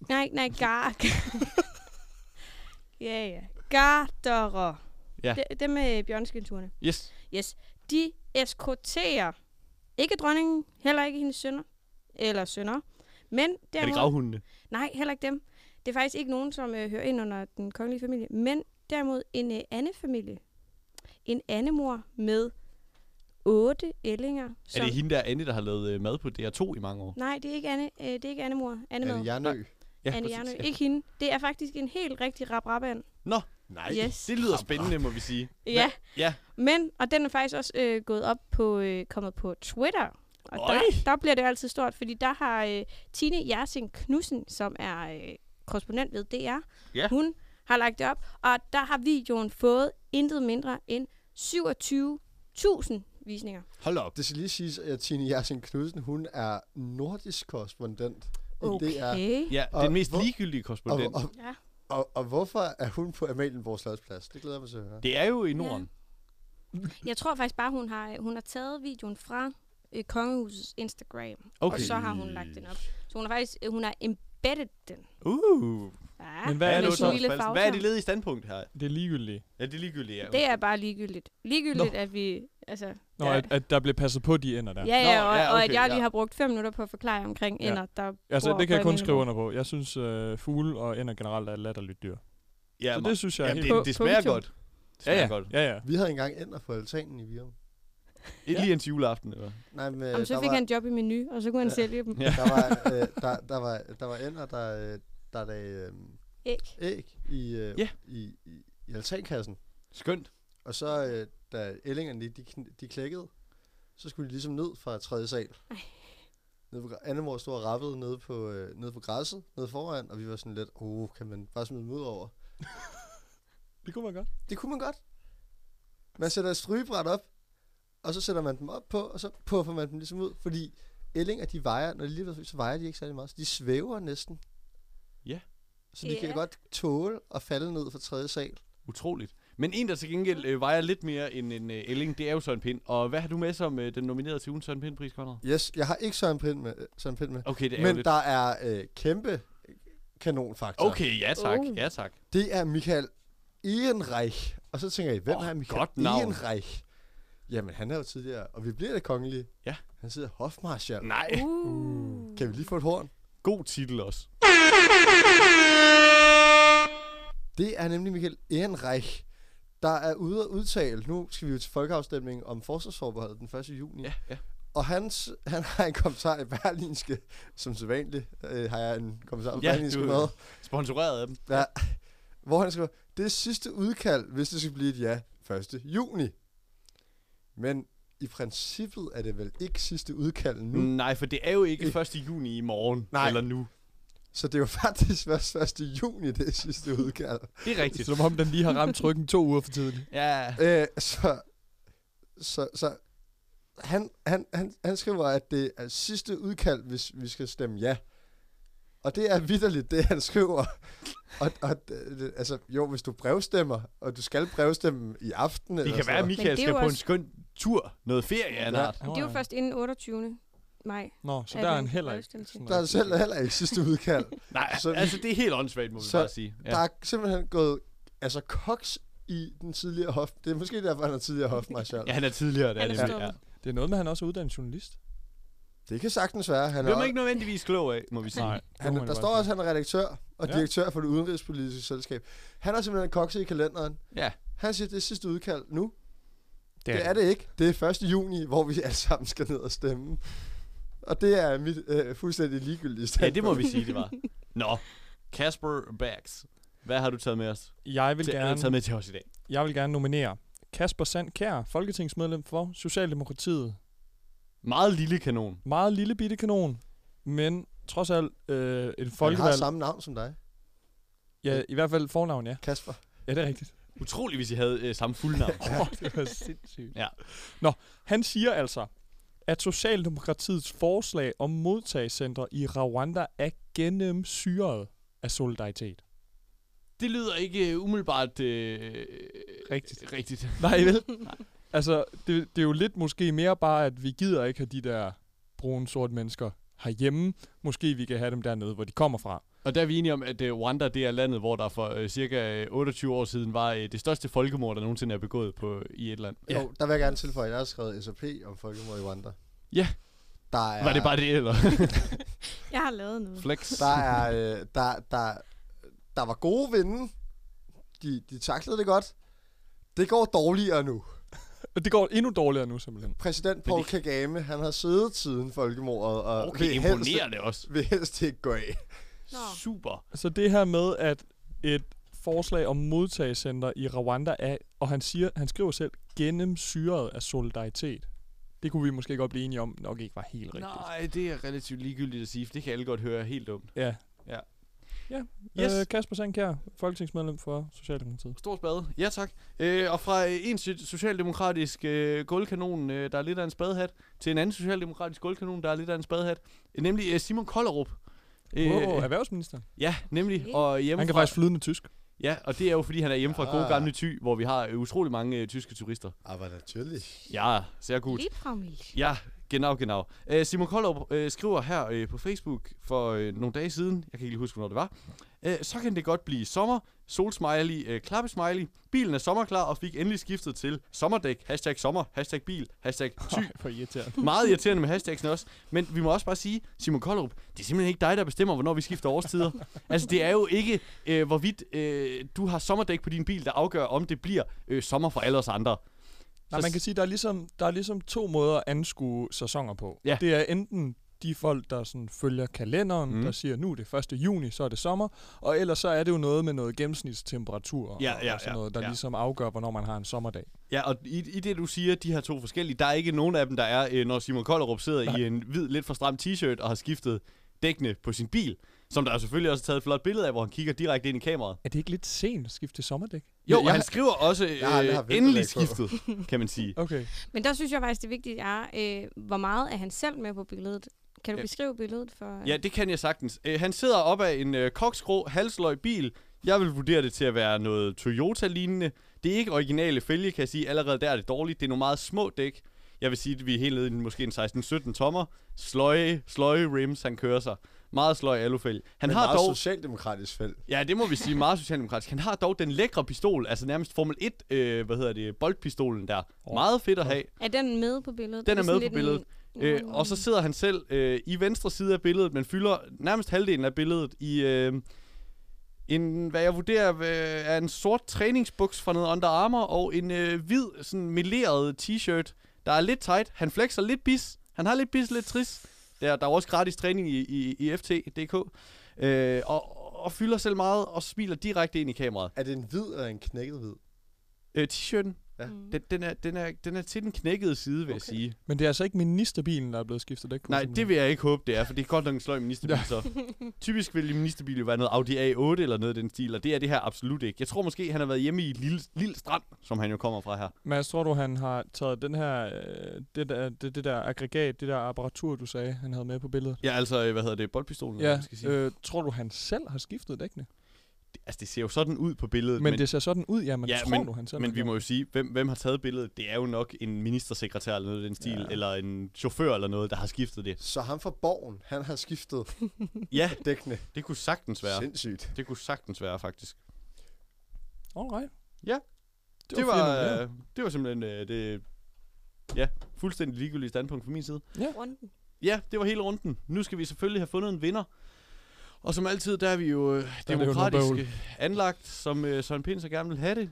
Speaker 8: Nej, nej, gar... ja, ja. Garderer.
Speaker 9: Ja.
Speaker 8: De, dem med bjørnskinturene.
Speaker 9: Yes.
Speaker 8: Yes. De eskorterer ikke dronningen, heller ikke hendes sønner, eller sønner, men
Speaker 9: er det
Speaker 8: derimod...
Speaker 9: gravhundene?
Speaker 8: Nej, heller ikke dem. Det er faktisk ikke nogen, som øh, hører ind under den kongelige familie, men derimod en øh, anden familie. En andemor med otte ællinger.
Speaker 9: Er det hende der Anne, der har lavet øh, mad på DR2 i mange år?
Speaker 8: Nej, det er ikke Anne, øh, det er ikke Annemor. Anne
Speaker 7: Anne
Speaker 8: med.
Speaker 7: Jernø.
Speaker 9: Ja,
Speaker 8: Anne
Speaker 9: præcis.
Speaker 8: Jernø. Ikke hende. Det er faktisk en helt rigtig rap rap
Speaker 9: Nå, nej.
Speaker 8: Yes.
Speaker 9: Det lyder spændende, må vi sige.
Speaker 8: Ja.
Speaker 9: Ja.
Speaker 8: Men, og den er faktisk også øh, gået op på, øh, kommet på Twitter. Og der,
Speaker 9: Øj.
Speaker 8: der bliver det altid stort, fordi der har øh, Tine Jersing Knudsen, som er øh, korrespondent ved DR,
Speaker 9: Ja.
Speaker 8: hun har lagt det op, og der har videoen fået intet mindre end 27.000 visninger.
Speaker 7: Hold op. Det skal lige siges, at Tine Jersing Knudsen, hun er nordisk korrespondent. i
Speaker 8: Okay.
Speaker 7: DR.
Speaker 9: Ja,
Speaker 7: Og
Speaker 9: den mest
Speaker 7: hvor-
Speaker 9: ligegyldige korrespondent.
Speaker 7: Og, og,
Speaker 8: Ja.
Speaker 7: og, og hvorfor er hun på Amalienborgs Slotsplads? Det glæder jeg mig til at høre.
Speaker 9: Det er jo i Norden.
Speaker 8: Jeg tror faktisk bare, hun har, øh, hun har taget videoen fra øh, Kongehusets Instagram, og
Speaker 9: Okay.
Speaker 8: så har hun lagt den op. Så hun har faktisk øh, hun har embedded den.
Speaker 9: Uh.
Speaker 8: Ja,
Speaker 2: Men hvad er
Speaker 8: med
Speaker 2: det
Speaker 8: sådan
Speaker 2: så?
Speaker 8: en lille
Speaker 9: Falsen. Hvad er
Speaker 8: fagterm.
Speaker 9: det ledige standpunkt her?
Speaker 2: Det er ligegyldigt.
Speaker 9: Ja, det er ligegyldigt, ja.
Speaker 8: Det er bare ligegyldigt. Ligegyldigt,
Speaker 2: Nå.
Speaker 8: at vi... Altså,
Speaker 2: Nå,
Speaker 8: ja,
Speaker 2: at, at der bliver passet på de ender der.
Speaker 8: ja, ja,
Speaker 9: Nå,
Speaker 8: og,
Speaker 9: ja,
Speaker 8: og at
Speaker 9: okay,
Speaker 8: jeg
Speaker 9: ja.
Speaker 8: lige har brugt fem minutter på at forklare omkring
Speaker 2: Ja.
Speaker 8: ender, der
Speaker 2: Altså,
Speaker 8: bor
Speaker 2: det kan jeg
Speaker 8: på
Speaker 2: kun
Speaker 8: en
Speaker 2: skrive
Speaker 8: ø.
Speaker 2: under på. Jeg synes, øh, fugle og ender generelt er latterligt dyr.
Speaker 9: Ja,
Speaker 2: Så
Speaker 9: ma-
Speaker 2: det synes jeg er
Speaker 9: Jamen,
Speaker 2: helt...
Speaker 9: det, det smager
Speaker 8: Punktum.
Speaker 9: godt. Det
Speaker 2: Ja,
Speaker 9: smager
Speaker 2: ja.
Speaker 9: godt.
Speaker 2: ja, ja.
Speaker 7: Vi havde engang ænder på altanen i Virum.
Speaker 9: Ikke lige en til juleaften, eller?
Speaker 7: Nej, men øh,
Speaker 8: Jamen, så
Speaker 7: der
Speaker 8: fik
Speaker 7: var,
Speaker 8: han job i menu, og så kunne han
Speaker 7: Ja.
Speaker 8: sælge dem.
Speaker 9: Ja.
Speaker 7: Der var, øh, der, der, var, der var ænder, der, øh, der lagde øh,
Speaker 8: Æg.
Speaker 7: æg i, øh,
Speaker 9: Ja.
Speaker 7: i, i, i altankassen.
Speaker 9: Skønt.
Speaker 7: Og så, øh, da ællingerne de, de, kn- de klækkede, så skulle de ligesom ned fra tredje sal.
Speaker 8: Ej.
Speaker 7: Nede på, Annemor stod og rappede nede på, øh, nede på græsset, nede foran, og vi var sådan lidt, oh, kan man bare smide dem ud over?
Speaker 2: Det kunne være godt.
Speaker 7: Det kunne man godt. Man sætter et strygebræt op, og så sætter man dem op på, og så puffer man dem ligesom ud, fordi ællinger, de vejer, når de lige er blevet- så vejer de ikke særlig meget, så de svæver næsten.
Speaker 9: Ja.
Speaker 7: Så de
Speaker 8: Ja.
Speaker 7: kan godt tåle at falde ned fra tredje sal.
Speaker 9: Utroligt. Men en, der til gengæld øh, vejer lidt mere end en øh, Elling, det er jo Søren Pind. Og hvad har du med som øh, den nominerede til ugen Søren Pind-pris, Conrad?
Speaker 7: Yes, jeg har ikke Søren Pind med. Søren Pind med.
Speaker 9: Okay, det er
Speaker 7: Men
Speaker 9: ærgerligt.
Speaker 7: der er øh, kæmpe kanonfaktor.
Speaker 9: Okay, ja tak, Uh. ja tak.
Speaker 7: Det er Michael Ehrenreich. Og så tænker I, hvem oh, er Michael
Speaker 9: godt navn.
Speaker 7: Ehrenreich? Jamen, han er jo tidligere, og vi bliver det kongelige.
Speaker 9: Ja.
Speaker 7: Han sidder hofmarschall.
Speaker 9: Nej.
Speaker 7: Uh. Kan vi lige få et horn?
Speaker 9: God titel også.
Speaker 7: Det er nemlig Michael Ehrenreich, der er ude at udtale, nu skal vi jo til folkeafstemning om forsvarsforbeholdet den 1. juni.
Speaker 9: Ja, ja.
Speaker 7: Og hans, han har en kommentar i Berlinske, som sædvanligt øh, har jeg en kommentar i
Speaker 9: Ja,
Speaker 7: Berlinske
Speaker 9: du er
Speaker 7: med.
Speaker 9: sponsoreret af dem.
Speaker 7: Ja, hvor han skriver, det er sidste udkald, hvis det skal blive et ja 1. juni. Men i princippet er det vel ikke sidste udkald nu.
Speaker 9: Nej, for det er jo ikke 1. juni i morgen.
Speaker 7: Nej.
Speaker 9: Eller nu.
Speaker 7: Så det er jo faktisk først 1. juni, det er sidste udkald.
Speaker 9: Det er rigtigt.
Speaker 2: Som om den lige har ramt trykken to uger for tidligt.
Speaker 9: Ja.
Speaker 7: Øh, så, så, så han, han, han, han skriver, at det er sidste udkald, hvis vi skal stemme ja. Og det er vidderligt, det han skriver. Og, og d- d- altså, jo, hvis du brevstemmer, og du skal brevstemme i aften.
Speaker 9: Det kan være, at
Speaker 8: Men det er
Speaker 9: Michael
Speaker 8: jo
Speaker 9: skal på en
Speaker 8: også-
Speaker 9: skøn tur. Noget ferie af en
Speaker 7: Ja.
Speaker 9: art.
Speaker 8: Men det er jo først inden 28. maj.
Speaker 2: Nå, så
Speaker 8: at
Speaker 2: der er
Speaker 8: den
Speaker 2: han heller ikke.
Speaker 8: brevstemmer til.
Speaker 7: Der er selv heller ikke sidste udkald.
Speaker 9: Nej,
Speaker 7: Så vi-
Speaker 9: altså det er helt åndssvagt, må vi bare sige.
Speaker 7: Ja. Der er simpelthen gået altså koks i den tidligere hof. Det er måske derfor, han er tidligere hofmarschall.
Speaker 9: Ja, han er tidligere, det er Han er nemlig, stoppet.
Speaker 2: Det er noget med, at han også er uddannet journalist.
Speaker 7: Det kan sagtens være. Han
Speaker 9: Det er
Speaker 7: er,
Speaker 9: man ikke nødvendigvis klog af, må vi sige.
Speaker 2: Nej.
Speaker 7: han,
Speaker 2: Det må man
Speaker 7: der
Speaker 2: godt
Speaker 7: står også, at han er redaktør og
Speaker 2: Ja.
Speaker 7: direktør for det udenrigspolitiske selskab. Han har simpelthen kokset i kalenderen.
Speaker 9: Ja.
Speaker 7: Han siger, det er sidste udkald nu. Det,
Speaker 2: Det er
Speaker 7: det er det ikke. Det er 1. juni, hvor vi alle sammen skal ned og stemme. Og det er mit øh, fuldstændig ligegyldige
Speaker 9: Ja,
Speaker 7: standpunkt.
Speaker 9: det må vi sige, det var. Nå, Kasper Bags, hvad har du taget med os?
Speaker 2: Jeg vil
Speaker 9: Det har du
Speaker 2: gerne-
Speaker 9: taget med til os i dag.
Speaker 2: Jeg vil gerne nominere Kasper Sand Kær, folketingsmedlem for Socialdemokratiet.
Speaker 9: Meget lille kanon.
Speaker 2: Meget lille bitte kanon, men trods alt øh, et
Speaker 7: Han
Speaker 2: folkevalg.
Speaker 7: har samme navn som dig.
Speaker 2: Ja, i hvert fald fornavn, ja.
Speaker 7: Kasper.
Speaker 2: Ja, det er rigtigt.
Speaker 9: Utroligt, hvis I havde øh, samme fuldnavn.
Speaker 2: Åh, det var sindssygt.
Speaker 9: Ja.
Speaker 2: Nå, han siger altså, at Socialdemokratiets forslag om modtagscentre i Rwanda er gennemsyret af solidaritet.
Speaker 9: Det lyder ikke øh, umiddelbart øh,
Speaker 2: rigtigt.
Speaker 9: rigtigt.
Speaker 2: Nej, vel? altså, det, det er jo lidt måske mere bare, at vi gider ikke have de der brune, sorte mennesker herhjemme. Måske vi kan have dem dernede, hvor de kommer fra.
Speaker 9: Og der er vi enige om, at øh, Rwanda det er landet, hvor der for øh, cirka øh, 28 år siden var øh, det største folkemord, der nogensinde er begået på, i et land.
Speaker 7: Ja. Jo, der vil jeg gerne tilføje, at jeg har skrevet SAP om folkemord i Rwanda.
Speaker 9: Ja.
Speaker 7: Der er,
Speaker 9: Var det bare det, eller?
Speaker 8: Jeg har lavet noget.
Speaker 7: Der, er, øh, der, der, der var gode vinde. De, de taklede det godt. Det går dårligere nu.
Speaker 2: Og det går endnu dårligere nu, simpelthen.
Speaker 7: Præsident Paul Kagame, han har siddet siden folkemordet. Og
Speaker 9: Okay,
Speaker 7: vil helst-
Speaker 9: imponerende også.
Speaker 7: Vil helst ikke gå af.
Speaker 9: Super.
Speaker 2: Så det her med, at et forslag om modtagscenter i Rwanda er, og han, siger, han skriver selv, gennemsyret af solidaritet. Det kunne vi måske godt blive enige om, nok ikke var helt rigtigt.
Speaker 9: Nej, det er relativt ligegyldigt at sige, for det kan alle godt høre er helt dumt.
Speaker 2: Ja.
Speaker 9: Ja.
Speaker 2: Ja,
Speaker 9: Yes.
Speaker 2: yes. øh, Kasper Sandkjær, folketingsmedlem for Socialdemokratiet.
Speaker 9: Stor spade. Ja, tak. Øh, og fra øh, en so- socialdemokratisk øh, gulvkanon, øh, der er lidt af en spadehat, til en anden socialdemokratisk gulvkanon, der er lidt af en spadehat, øh, nemlig øh, Simon Kollerup. Øh,
Speaker 2: Wow, erhvervsminister.
Speaker 9: Ja, nemlig. Og hjemmefra,
Speaker 2: Han kan faktisk flydende tysk.
Speaker 9: Ja, og det er jo, fordi han er hjemme fra gode
Speaker 2: Ah.
Speaker 9: gamle Thy, hvor vi har øh, utrolig mange øh, tyske turister.
Speaker 7: Aber natürlich.
Speaker 9: Ja, sehr gut.
Speaker 8: Liebfraumilch.
Speaker 9: Ja, genau, genau. Øh, Simon Koldrup øh, skriver her øh, på Facebook for øh, nogle dage siden, jeg kan ikke lige huske, hvornår det var, øh, så kan det godt blive sommer, solsmiley, øh, klappesmiley, bilen er sommerklar og fik endelig skiftet til sommerdæk, hashtag sommer, hashtag bil, hashtag ty.
Speaker 2: for irriterende.
Speaker 9: Meget irriterende med hashtagsen også. Men vi må også bare sige, Simon Koldrup, det er simpelthen ikke dig, der bestemmer, hvornår vi skifter årstider. altså, det er jo ikke, øh, hvorvidt øh, du har sommerdæk på din bil, der afgør, om det bliver øh, sommer for alle os andre.
Speaker 2: Nej,
Speaker 9: Så-
Speaker 2: man kan sige, der er ligesom, der er ligesom to måder at anskue sæsoner på.
Speaker 9: Ja.
Speaker 2: Det er enten de folk, der sådan følger kalenderen,
Speaker 9: Mm.
Speaker 2: mm. der siger, nu er det 1. juni, så er det sommer. Og ellers så er det jo noget med noget gennemsnitstemperatur
Speaker 9: Ja,
Speaker 2: og,
Speaker 9: ja,
Speaker 2: og sådan
Speaker 9: ja,
Speaker 2: noget, der
Speaker 9: ja.
Speaker 2: ligesom afgør, hvornår man har en sommerdag.
Speaker 9: Ja, og i, i det du siger, de her to forskellige, der er ikke nogen af dem, der er, øh, når Simon Kollerup sidder Nej. i en hvid, lidt for stram t-shirt og har skiftet dækkene på sin bil, som der jo selvfølgelig også er taget et flot billede af, hvor han kigger direkte ind i kameraet.
Speaker 2: Er det ikke lidt sent at skifte til sommerdæk?
Speaker 9: Jo,
Speaker 2: Jeg-
Speaker 9: og han skriver også øh,
Speaker 2: Jeg har aldrig haft
Speaker 9: endelig
Speaker 2: vinterdæk på.
Speaker 9: skiftet, kan man sige.
Speaker 2: Okay.
Speaker 8: Men der synes jeg faktisk, det vigtige er, øh, hvor meget er han selv med på billedet? Kan du
Speaker 9: Ja.
Speaker 8: beskrive billedet for...
Speaker 9: Ja, det kan jeg sagtens. Øh, han sidder op af en øh, koksgrå, halsløg bil, Jeg vil vurdere det til at være noget Toyota-lignende. Det er ikke originale fælge, kan jeg sige. Allerede der er det dårligt. Det er nogle meget små dæk. Jeg vil sige, at vi er helt nede i en- måske en 16-17 tommer. Sløje, sløje rims, han kører sig. Meget sløje alufælge. Han
Speaker 7: Men
Speaker 9: har
Speaker 7: meget
Speaker 9: dog...
Speaker 7: socialdemokratisk felt.
Speaker 9: Ja, det må vi sige meget socialdemokratisk. Han har dog den lækre pistol, altså nærmest Formel 1, øh, hvad hedder det, boldpistolen der. Meget fedt at have.
Speaker 8: Er den med på billedet?
Speaker 9: Den er
Speaker 8: Det sådan
Speaker 9: med
Speaker 8: lidt
Speaker 9: på billedet.
Speaker 8: en-
Speaker 9: Øh, og så sidder han selv øh, i venstre side af billedet, men fylder nærmest halvdelen af billedet i øh, en, hvad jeg vurderer, øh, er en sort træningsbuks fra noget Under Armour, og en øh, hvid, sådan meleret t-shirt, der er lidt tight. Han flexer lidt bis. Han har lidt bis, lidt trist. Der, der er jo også gratis træning i, i, i FT.dk. Øh, og, og fylder selv meget, og smiler direkte ind i kameraet.
Speaker 7: Er det en hvid og en knækket hvid?
Speaker 9: Øh, t-shirten,
Speaker 7: ja.
Speaker 9: den, den, er, den, er, den er til den knækkede side, vil okay. jeg sige.
Speaker 2: Men det er altså ikke ministerbilen, der er blevet skiftet dæk på?
Speaker 9: Nej,
Speaker 2: simpelthen.
Speaker 9: det vil jeg ikke håbe, det er, for det er godt nok en sløj ministerbil,
Speaker 2: Ja.
Speaker 9: så. Typisk vil en ministerbil jo være noget Audi A8 eller noget af den stil, og det er det her absolut ikke. Jeg tror måske, han har været hjemme i Lille, Lille Strand, som han jo kommer fra her.
Speaker 2: Mads, tror du, han har taget den her, øh, det, der, det, det der aggregat, det der apparatur, du sagde, han havde med på billedet?
Speaker 9: Ja, altså, øh, hvad hedder det, boldpistolen, eller hvad
Speaker 2: Ja,
Speaker 9: man skal sige.
Speaker 2: øh, tror du, han selv har skiftet dækkene?
Speaker 9: Altså, det ser jo sådan ud på billedet.
Speaker 2: Men det ser sådan ud, ja, men tror
Speaker 9: men,
Speaker 2: du, han selv
Speaker 9: Men
Speaker 2: har
Speaker 9: vi
Speaker 2: gjort
Speaker 9: må jo sige, hvem, hvem har taget billedet? Det er jo nok en ministersekretær eller noget af den stil, ja. eller en chauffør eller noget, der har skiftet det.
Speaker 7: Så ham fra Borgen, han har skiftet
Speaker 9: Ja,
Speaker 7: dækkene.
Speaker 9: det kunne sagtens være.
Speaker 7: Sindssygt.
Speaker 9: Det kunne sagtens være, faktisk.
Speaker 2: Alright.
Speaker 9: Ja.
Speaker 2: Det
Speaker 9: Det, det
Speaker 2: var fire
Speaker 9: var,
Speaker 2: nominationer.
Speaker 9: øh, det var simpelthen øh, det ja, fuldstændig ligegyldige standpunkt fra min side.
Speaker 2: Ja.
Speaker 8: Runden.
Speaker 9: Ja, det var hele runden. Nu skal vi selvfølgelig have fundet en vinder. Og som altid, der er vi jo øh,
Speaker 2: er det jo noget bøvl.
Speaker 9: demokratiske anlagt, som øh, Søren Pind så gerne vil have det.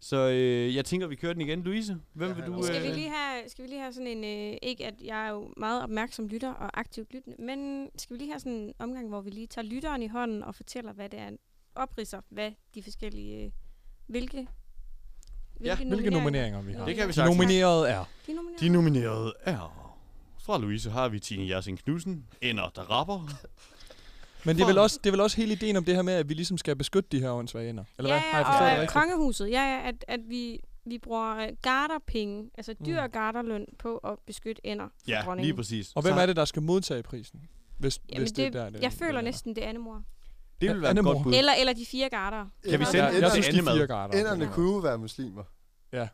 Speaker 9: Så øh, jeg tænker, vi kører den igen. Louise, hvem vil du... øh,
Speaker 8: Skal vi lige have, skal vi lige have sådan en, øh, ikke at jeg er jo meget opmærksom lytter og aktivt lyttende, men skal vi lige have sådan en omgang, hvor vi lige tager lytteren i hånden og fortæller, hvad det er, opridser, hvad de forskellige, øh, hvilke,
Speaker 2: hvilke nomineringer vi har.
Speaker 9: Det kan vi sagtens.
Speaker 2: Nomineret er...
Speaker 8: De
Speaker 9: De nominerede er... Fra Louise har vi Tine Jersing Knudsen, Ender, der rapper.
Speaker 2: Men det er, vel også, det er vel også hele ideen om det her med, at vi ligesom skal beskytte de her åndsvage ender. Eller
Speaker 8: ja,
Speaker 2: hvad? Har jeg forstået det
Speaker 8: ja, og øh,
Speaker 2: rigtigt?
Speaker 8: kongehuset, ja, ja, at, at vi, vi bruger øh, garderpenge, altså
Speaker 2: Mm.
Speaker 8: dyr garderløn på at beskytte ender for
Speaker 9: Ja,
Speaker 8: dronningen.
Speaker 9: lige præcis.
Speaker 2: Og hvem
Speaker 9: Så-
Speaker 2: er det, der skal modtage prisen? Hvis,
Speaker 8: Jamen,
Speaker 2: hvis
Speaker 8: det,
Speaker 2: det, er der, det
Speaker 8: jeg føler næsten, det er Annemor.
Speaker 9: Det ville være et
Speaker 2: Annemor.
Speaker 9: godt bud.
Speaker 8: Eller, eller de fire garder.
Speaker 9: Kan vi
Speaker 7: Ja,
Speaker 9: sende
Speaker 7: jeg-
Speaker 9: den
Speaker 7: jeg
Speaker 9: til
Speaker 7: synes, de
Speaker 9: Annemad?
Speaker 2: fire garder.
Speaker 7: Inderne kunne jo være muslimer.
Speaker 2: Ja,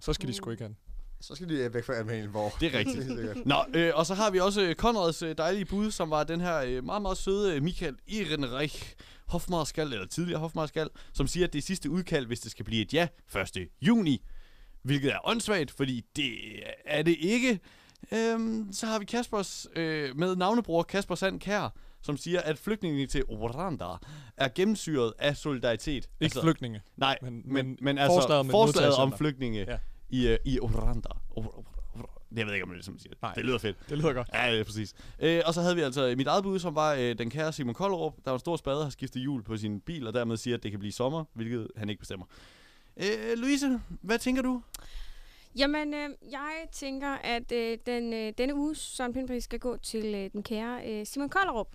Speaker 2: så skal de sgu ikke have den.
Speaker 7: Så skal de øh, væk fra Amalienborg.
Speaker 9: Det er rigtigt. Nå, øh, og så har vi også øh, Konrads øh, dejlige bud, som var den her øh, meget, meget søde øh, Michael Ehrenreich Hofmarskal, eller tidligere Hofmarskal, som siger, at det er sidste udkald, hvis det skal blive et ja, 1. juni. Hvilket er åndssvagt, fordi det er det ikke. Øhm, så har vi Kaspers øh, med navnebror Kasper Sand Kær, som siger, at flygtningene til Rwanda er gennemsyret af solidaritet. Altså, Ikke
Speaker 2: flygtninge,
Speaker 9: Nej,
Speaker 2: men-
Speaker 9: men, men,
Speaker 2: men
Speaker 9: men altså
Speaker 2: forslaget
Speaker 9: forslaget,
Speaker 2: om et
Speaker 9: om
Speaker 2: modtagecenter.
Speaker 9: flygtninge
Speaker 2: Ja.
Speaker 9: ja. i, øh, i Rwanda. Ur- ur- ur- Jeg ved ikke, om man ligesom siger det. Det lyder fedt.
Speaker 2: Det lyder godt.
Speaker 9: Ja, det er præcis. Øh, og så havde vi altså mit eget bud, som var øh, den kære Simon Koldrup, der var en stor spade, har skiftet hjul på sin bil, og dermed siger, at det kan blive sommer, hvilket han ikke bestemmer. Øh, Louise, hvad tænker du?
Speaker 8: Jamen, øh, jeg tænker, at øh, den, øh, denne uge Søren Pindpris skal gå til øh, den kære øh, Simon Kollerup.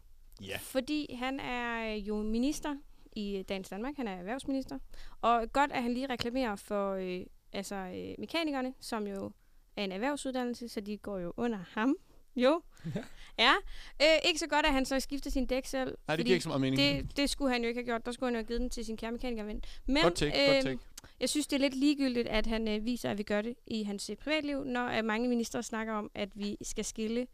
Speaker 9: Ja.
Speaker 8: Fordi han er øh, jo minister i øh, Dagens Danmark. Han er erhvervsminister. Og godt, at han lige reklamerer for øh, altså, øh, mekanikerne, som jo er en erhvervsuddannelse, så de går jo under ham. Jo. Ja. ja. Øh, ikke så godt, at han så skifter sin dæk selv.
Speaker 9: giver
Speaker 8: fordi
Speaker 9: ikke så meget mening.
Speaker 8: Det, det skulle han jo ikke have gjort. Der skulle han jo have givet den til sin kære mekanikerven. Men, øh,
Speaker 9: Godt take, godt take.
Speaker 8: jeg synes, det er lidt ligegyldigt, at han øh, viser, at vi gør det i hans øh, privatliv, når øh, mange ministre snakker om, at vi skal skille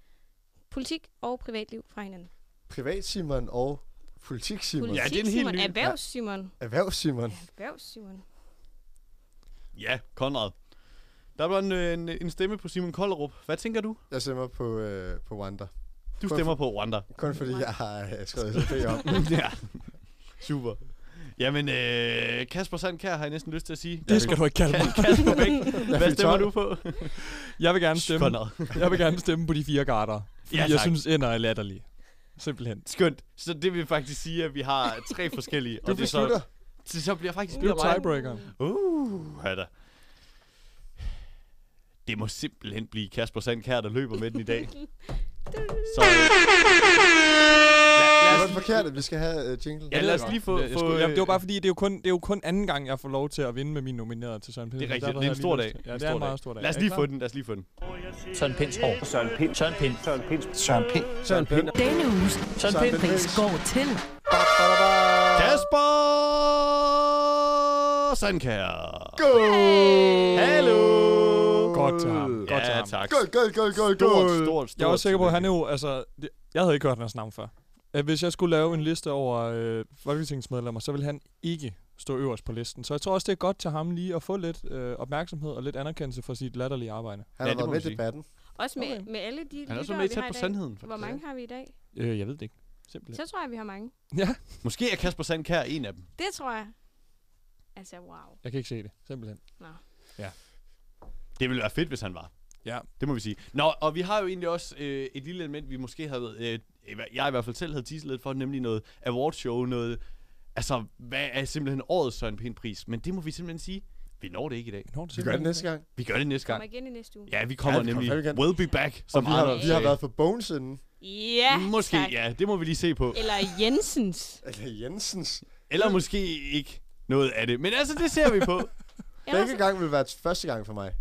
Speaker 8: politik og privatliv fra hinanden.
Speaker 7: Privat-Simon og politik-Simon.
Speaker 9: Ja, det er en helt
Speaker 8: Simon,
Speaker 9: ny-
Speaker 8: Erhvervs-Simon.
Speaker 7: Erhvervs-Simon.
Speaker 8: Erhvervs-Simon.
Speaker 9: Ja, Konrad. Der var en, øh, en, en stemme på Simon Kolderup. Hvad tænker du?
Speaker 7: Jeg stemmer på, øh, på Wanda.
Speaker 9: Du
Speaker 7: Kun
Speaker 9: stemmer
Speaker 7: for-
Speaker 9: på Rwanda.
Speaker 7: Kun fordi jeg har øh, skrevet det om.
Speaker 9: ja. Super. Jamen, øh, Kasper Sandkær har jeg næsten lyst til at sige.
Speaker 2: Det skal du ikke kalde mig.
Speaker 9: Ka- Kasper Bæk,
Speaker 2: Jeg
Speaker 9: hvad
Speaker 2: fik
Speaker 9: stemmer
Speaker 2: tolv.
Speaker 9: du på?
Speaker 2: Jeg vil gerne stemme,
Speaker 9: Konrad.
Speaker 2: jeg vil gerne stemme på de fire garter. Fordi
Speaker 9: Ja,
Speaker 2: jeg
Speaker 9: tak.
Speaker 2: synes, ender er latterlige. Simpelthen.
Speaker 9: Skønt. Så det vil faktisk sige, at vi har tre forskellige.
Speaker 2: Du
Speaker 9: det
Speaker 2: beslutter.
Speaker 9: så, det så bliver faktisk
Speaker 2: Du er
Speaker 9: bliver mig.
Speaker 2: tiebreakeren.
Speaker 9: Uh, da. Det må simpelthen blive Kasper Sandkær, der løber med den i dag. Så,
Speaker 7: Det var den forkerte. Vi skal have øh, jingle.
Speaker 9: Ja, lad os lige få...
Speaker 2: Jeg, jeg
Speaker 9: få øh,
Speaker 2: skulle, jeg, det var bare fordi, det er, jo kun, det er jo kun anden gang, jeg får lov til at vinde med mine nominerede til Søren Pind.
Speaker 9: det er rigtigt. Det er
Speaker 2: Derfor
Speaker 9: en
Speaker 2: havde jeg
Speaker 9: stor
Speaker 2: lige
Speaker 9: dag.
Speaker 2: lyst til- Ja, det er en meget stor dag.
Speaker 9: Lad os
Speaker 2: Er I
Speaker 9: lige
Speaker 2: klar?
Speaker 9: få den. Lad os lige få den.
Speaker 14: Søren Pinds år. Søren Pind. Søren Pind. Søren Pind. Søren Pind. Søren Pind.
Speaker 12: Denne uges
Speaker 14: Søren Pind pris
Speaker 12: går til...
Speaker 9: Kasper og Sandkær.
Speaker 7: Goal!
Speaker 9: Hallo!
Speaker 2: Godt til ham.
Speaker 9: Ja,
Speaker 2: Godt til ham.
Speaker 9: tak.
Speaker 7: Goal, goal, goal, goal,
Speaker 9: Stort,
Speaker 7: goal.
Speaker 9: stort, stort.
Speaker 2: Jeg er også sikker på, at han er jo, altså, det- jeg havde ikke hørt hans navn før. At hvis jeg skulle lave en liste over øh, folketingsmedlemmer, så ville han ikke stå øverst på listen. Så jeg tror også, det er godt til ham lige at få lidt øh, opmærksomhed og lidt anerkendelse for sit latterlige arbejde.
Speaker 7: Han har Ja, det været må man med i sige. debatten.
Speaker 8: Også med, okay. med alle de
Speaker 2: er også
Speaker 8: lyttere,
Speaker 2: med
Speaker 8: vi
Speaker 2: tæt
Speaker 8: har i
Speaker 2: på
Speaker 8: dag.
Speaker 2: sandheden,
Speaker 8: Hvor
Speaker 2: faktisk,
Speaker 8: mange har vi i dag?
Speaker 2: Øh, jeg ved det ikke. Simpelthen.
Speaker 8: Så tror jeg, vi har mange.
Speaker 2: Ja.
Speaker 9: Måske er Kasper Sandkær en af dem.
Speaker 8: Det tror jeg. Altså, wow.
Speaker 2: Jeg kan ikke se det, simpelthen.
Speaker 8: Nå.
Speaker 2: Ja.
Speaker 9: Det ville være fedt, hvis han var.
Speaker 2: Ja.
Speaker 9: Det må vi sige. Nå, og vi har jo egentlig også øh, et lille element, vi måske havde... Øh, i hver- jeg i hvert fald selv havde teaset lidt for, nemlig noget awardshow, noget... Altså, hvad er simpelthen årets Søren Pind pris? Men det må vi simpelthen sige, vi når det ikke i dag.
Speaker 2: Når
Speaker 7: Vi gør det næste gang.
Speaker 9: Vi gør det næste
Speaker 8: Kommer
Speaker 9: gang.
Speaker 8: igen i næste uge.
Speaker 9: Ja, vi kommer
Speaker 7: Ja, vi kommer
Speaker 9: nemlig.
Speaker 7: fandme igen.
Speaker 9: We'll be back, som
Speaker 7: Som vi har,
Speaker 9: Arnold
Speaker 7: vi har
Speaker 9: sagde.
Speaker 7: været for Bones inden.
Speaker 8: Ja,
Speaker 9: Måske,
Speaker 8: tak.
Speaker 9: ja. Det må vi lige se på.
Speaker 8: Eller Jensens.
Speaker 7: Eller Jensens.
Speaker 9: Eller måske ikke noget af det. Men altså, det ser vi på.
Speaker 8: Ellers-
Speaker 7: Begge gang vil være første gang for mig.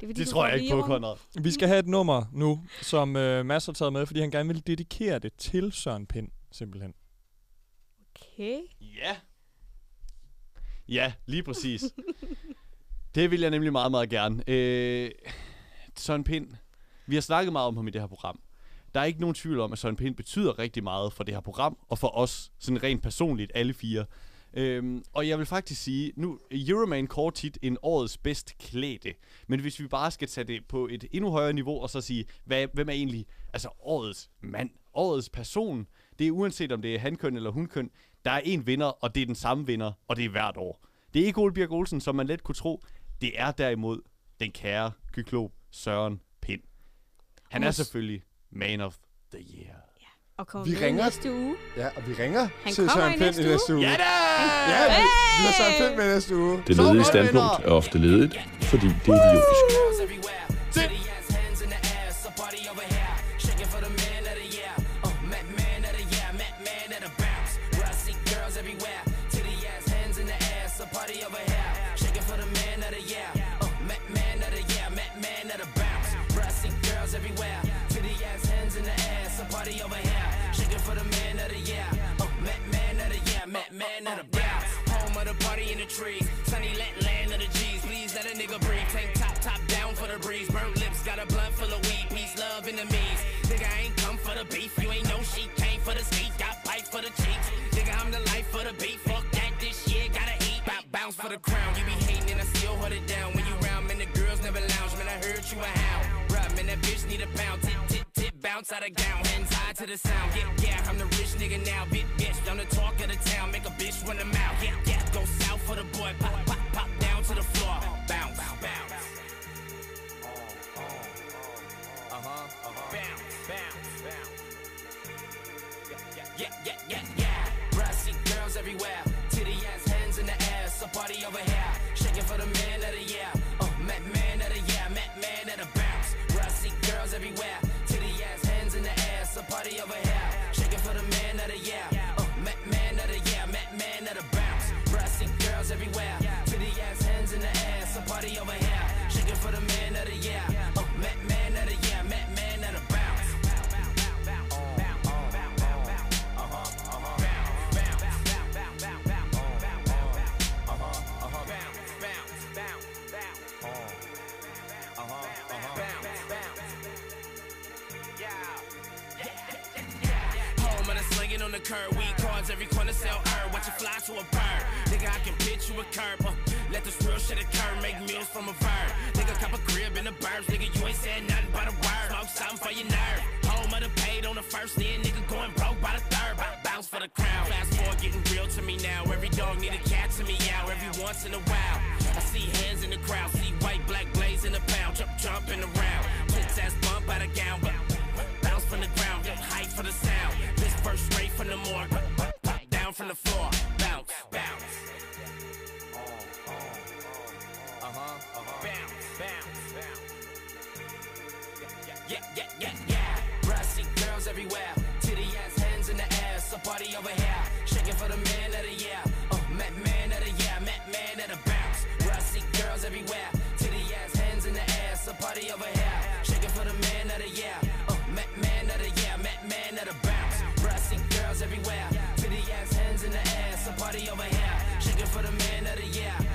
Speaker 8: Det, er,
Speaker 9: Det tror jeg ikke på, Konrad.
Speaker 2: Vi skal have et nummer nu, som øh, Mads har taget med, fordi han gerne vil dedikere det til Søren Pind, simpelthen.
Speaker 8: Okay.
Speaker 9: Ja. Ja, lige præcis. det vil jeg nemlig meget, meget gerne. Øh, Søren Pind, vi har snakket meget om ham i det her program. Der er ikke nogen tvivl om, at Søren Pind betyder rigtig meget for det her program, og for os sådan rent personligt, alle fire. Øhm, og jeg vil faktisk sige, nu Euroman kårer tit en årets bedst klædte, men hvis vi bare skal tage det på et endnu højere niveau og så sige, hvad, hvem er egentlig altså årets mand, årets person, det er uanset om det er hankøn eller hunkøn, der er én vinder, og det er den samme vinder, og det er hvert år. Det er ikke Ole Birk Olsen, som man let kunne tro, det er derimod den kære kyklop Søren Pind. Han er
Speaker 8: Mås-
Speaker 9: selvfølgelig man of the year.
Speaker 8: Og kommer
Speaker 7: Vi
Speaker 8: med i
Speaker 7: ringer.
Speaker 8: næste uge.
Speaker 7: Ja, og vi ringer
Speaker 8: Han
Speaker 7: til
Speaker 8: kommer
Speaker 7: Søren
Speaker 8: i
Speaker 7: Pind
Speaker 8: næste
Speaker 7: i næste uge.
Speaker 9: Ja da!
Speaker 7: Ja, vi, vi har Søren Pind med i næste uge.
Speaker 3: Det ledige standpunkt er ofte ledigt, fordi det er idiotisk.
Speaker 6: Man of the bounce, home of the party in the trees, sunny land, land of the G's. Please let a nigga breathe. Tank top, top down for the breeze. Burnt lips, got a blunt full of weed. Peace, love, and the means. Nigga, I ain't come for the beef. You ain't no she came for the skeet. Got pipe for the cheeks. Nigga, I'm the life for the beat. Fuck that, this shit gotta eat. Bop, bounce for the crown. You be hating and I still hold it down. When you round, man, the girls never lounge. Man, I heard you a hound. Bruh, man, that bitch need a pound. Tip, tip, tip, bounce out of gown. Hands high to the sound. Yeah, yeah, I'm the rich nigga now. Big bitch, I'm the talk of the town. Make a bitch run them out. Yeah, yeah, go south for the boy. Pop, pop, pop down to the floor. Bounce, bounce. Uh-huh, uh-huh. Bounce, bounce, bounce. Yeah, yeah, yeah, yeah, yeah. Bruh, I see girls everywhere. Titty ass, hands in the air. So party over here. Shaking for the man of the year. Oh, Mac man of the year. Mac man of the bounce. Bruh, I see girls everywhere. Titty ass, hands in the air. So party over here. Shaking for the man of the year. Oh, Mac man of the year. Mac man of the bounce. Bruh, I see girls everywhere. Titty ass, hands in the air. So party over here. Shaking for the man of the year. Oh, Mac man of the year. Mac man of the bounce. Home and I'm slinging on the curb. Weed cards, every corner sell herb. Watch it fly to a bird. Nigga, I can pitch you a curb. Uh, let this real shit occur. Make meals from a verb. Nigga, cop a crib in the burbs. Nigga, you ain't said nothing but a word. Smoke something for your nerve. Home of the paid on the first, then nigga going broke by the third. I bounce for the crown. Fast forward, getting real to me now. Every dog need a cat to me out. Every once in a while, I see hands in the crowd. See white, black blaze in the pound. Jump, jumping around. Tits ass bump out of gown. Bounce from the ground, get hype for the sound. This verse straight from the morgue. Pop down from the floor. Bounce, bounce. Bounce, bounce, bounce. Yeah, yeah, yeah, yeah. Bruh, I see girls everywhere. Titty ass, hands in the air. So party over here. Shaking for the man of the year. Oh, Mac man of the year. Mac man of the bounce. Bruh, I see girls everywhere. Titty ass, hands in the air. So party over here. Shaking for the man of the year. Oh, Mac man of the year. Mac man of the bounce. Bruh, I see girls everywhere. Titty ass, hands in the air. So party over here. Shaking for the man of the yeah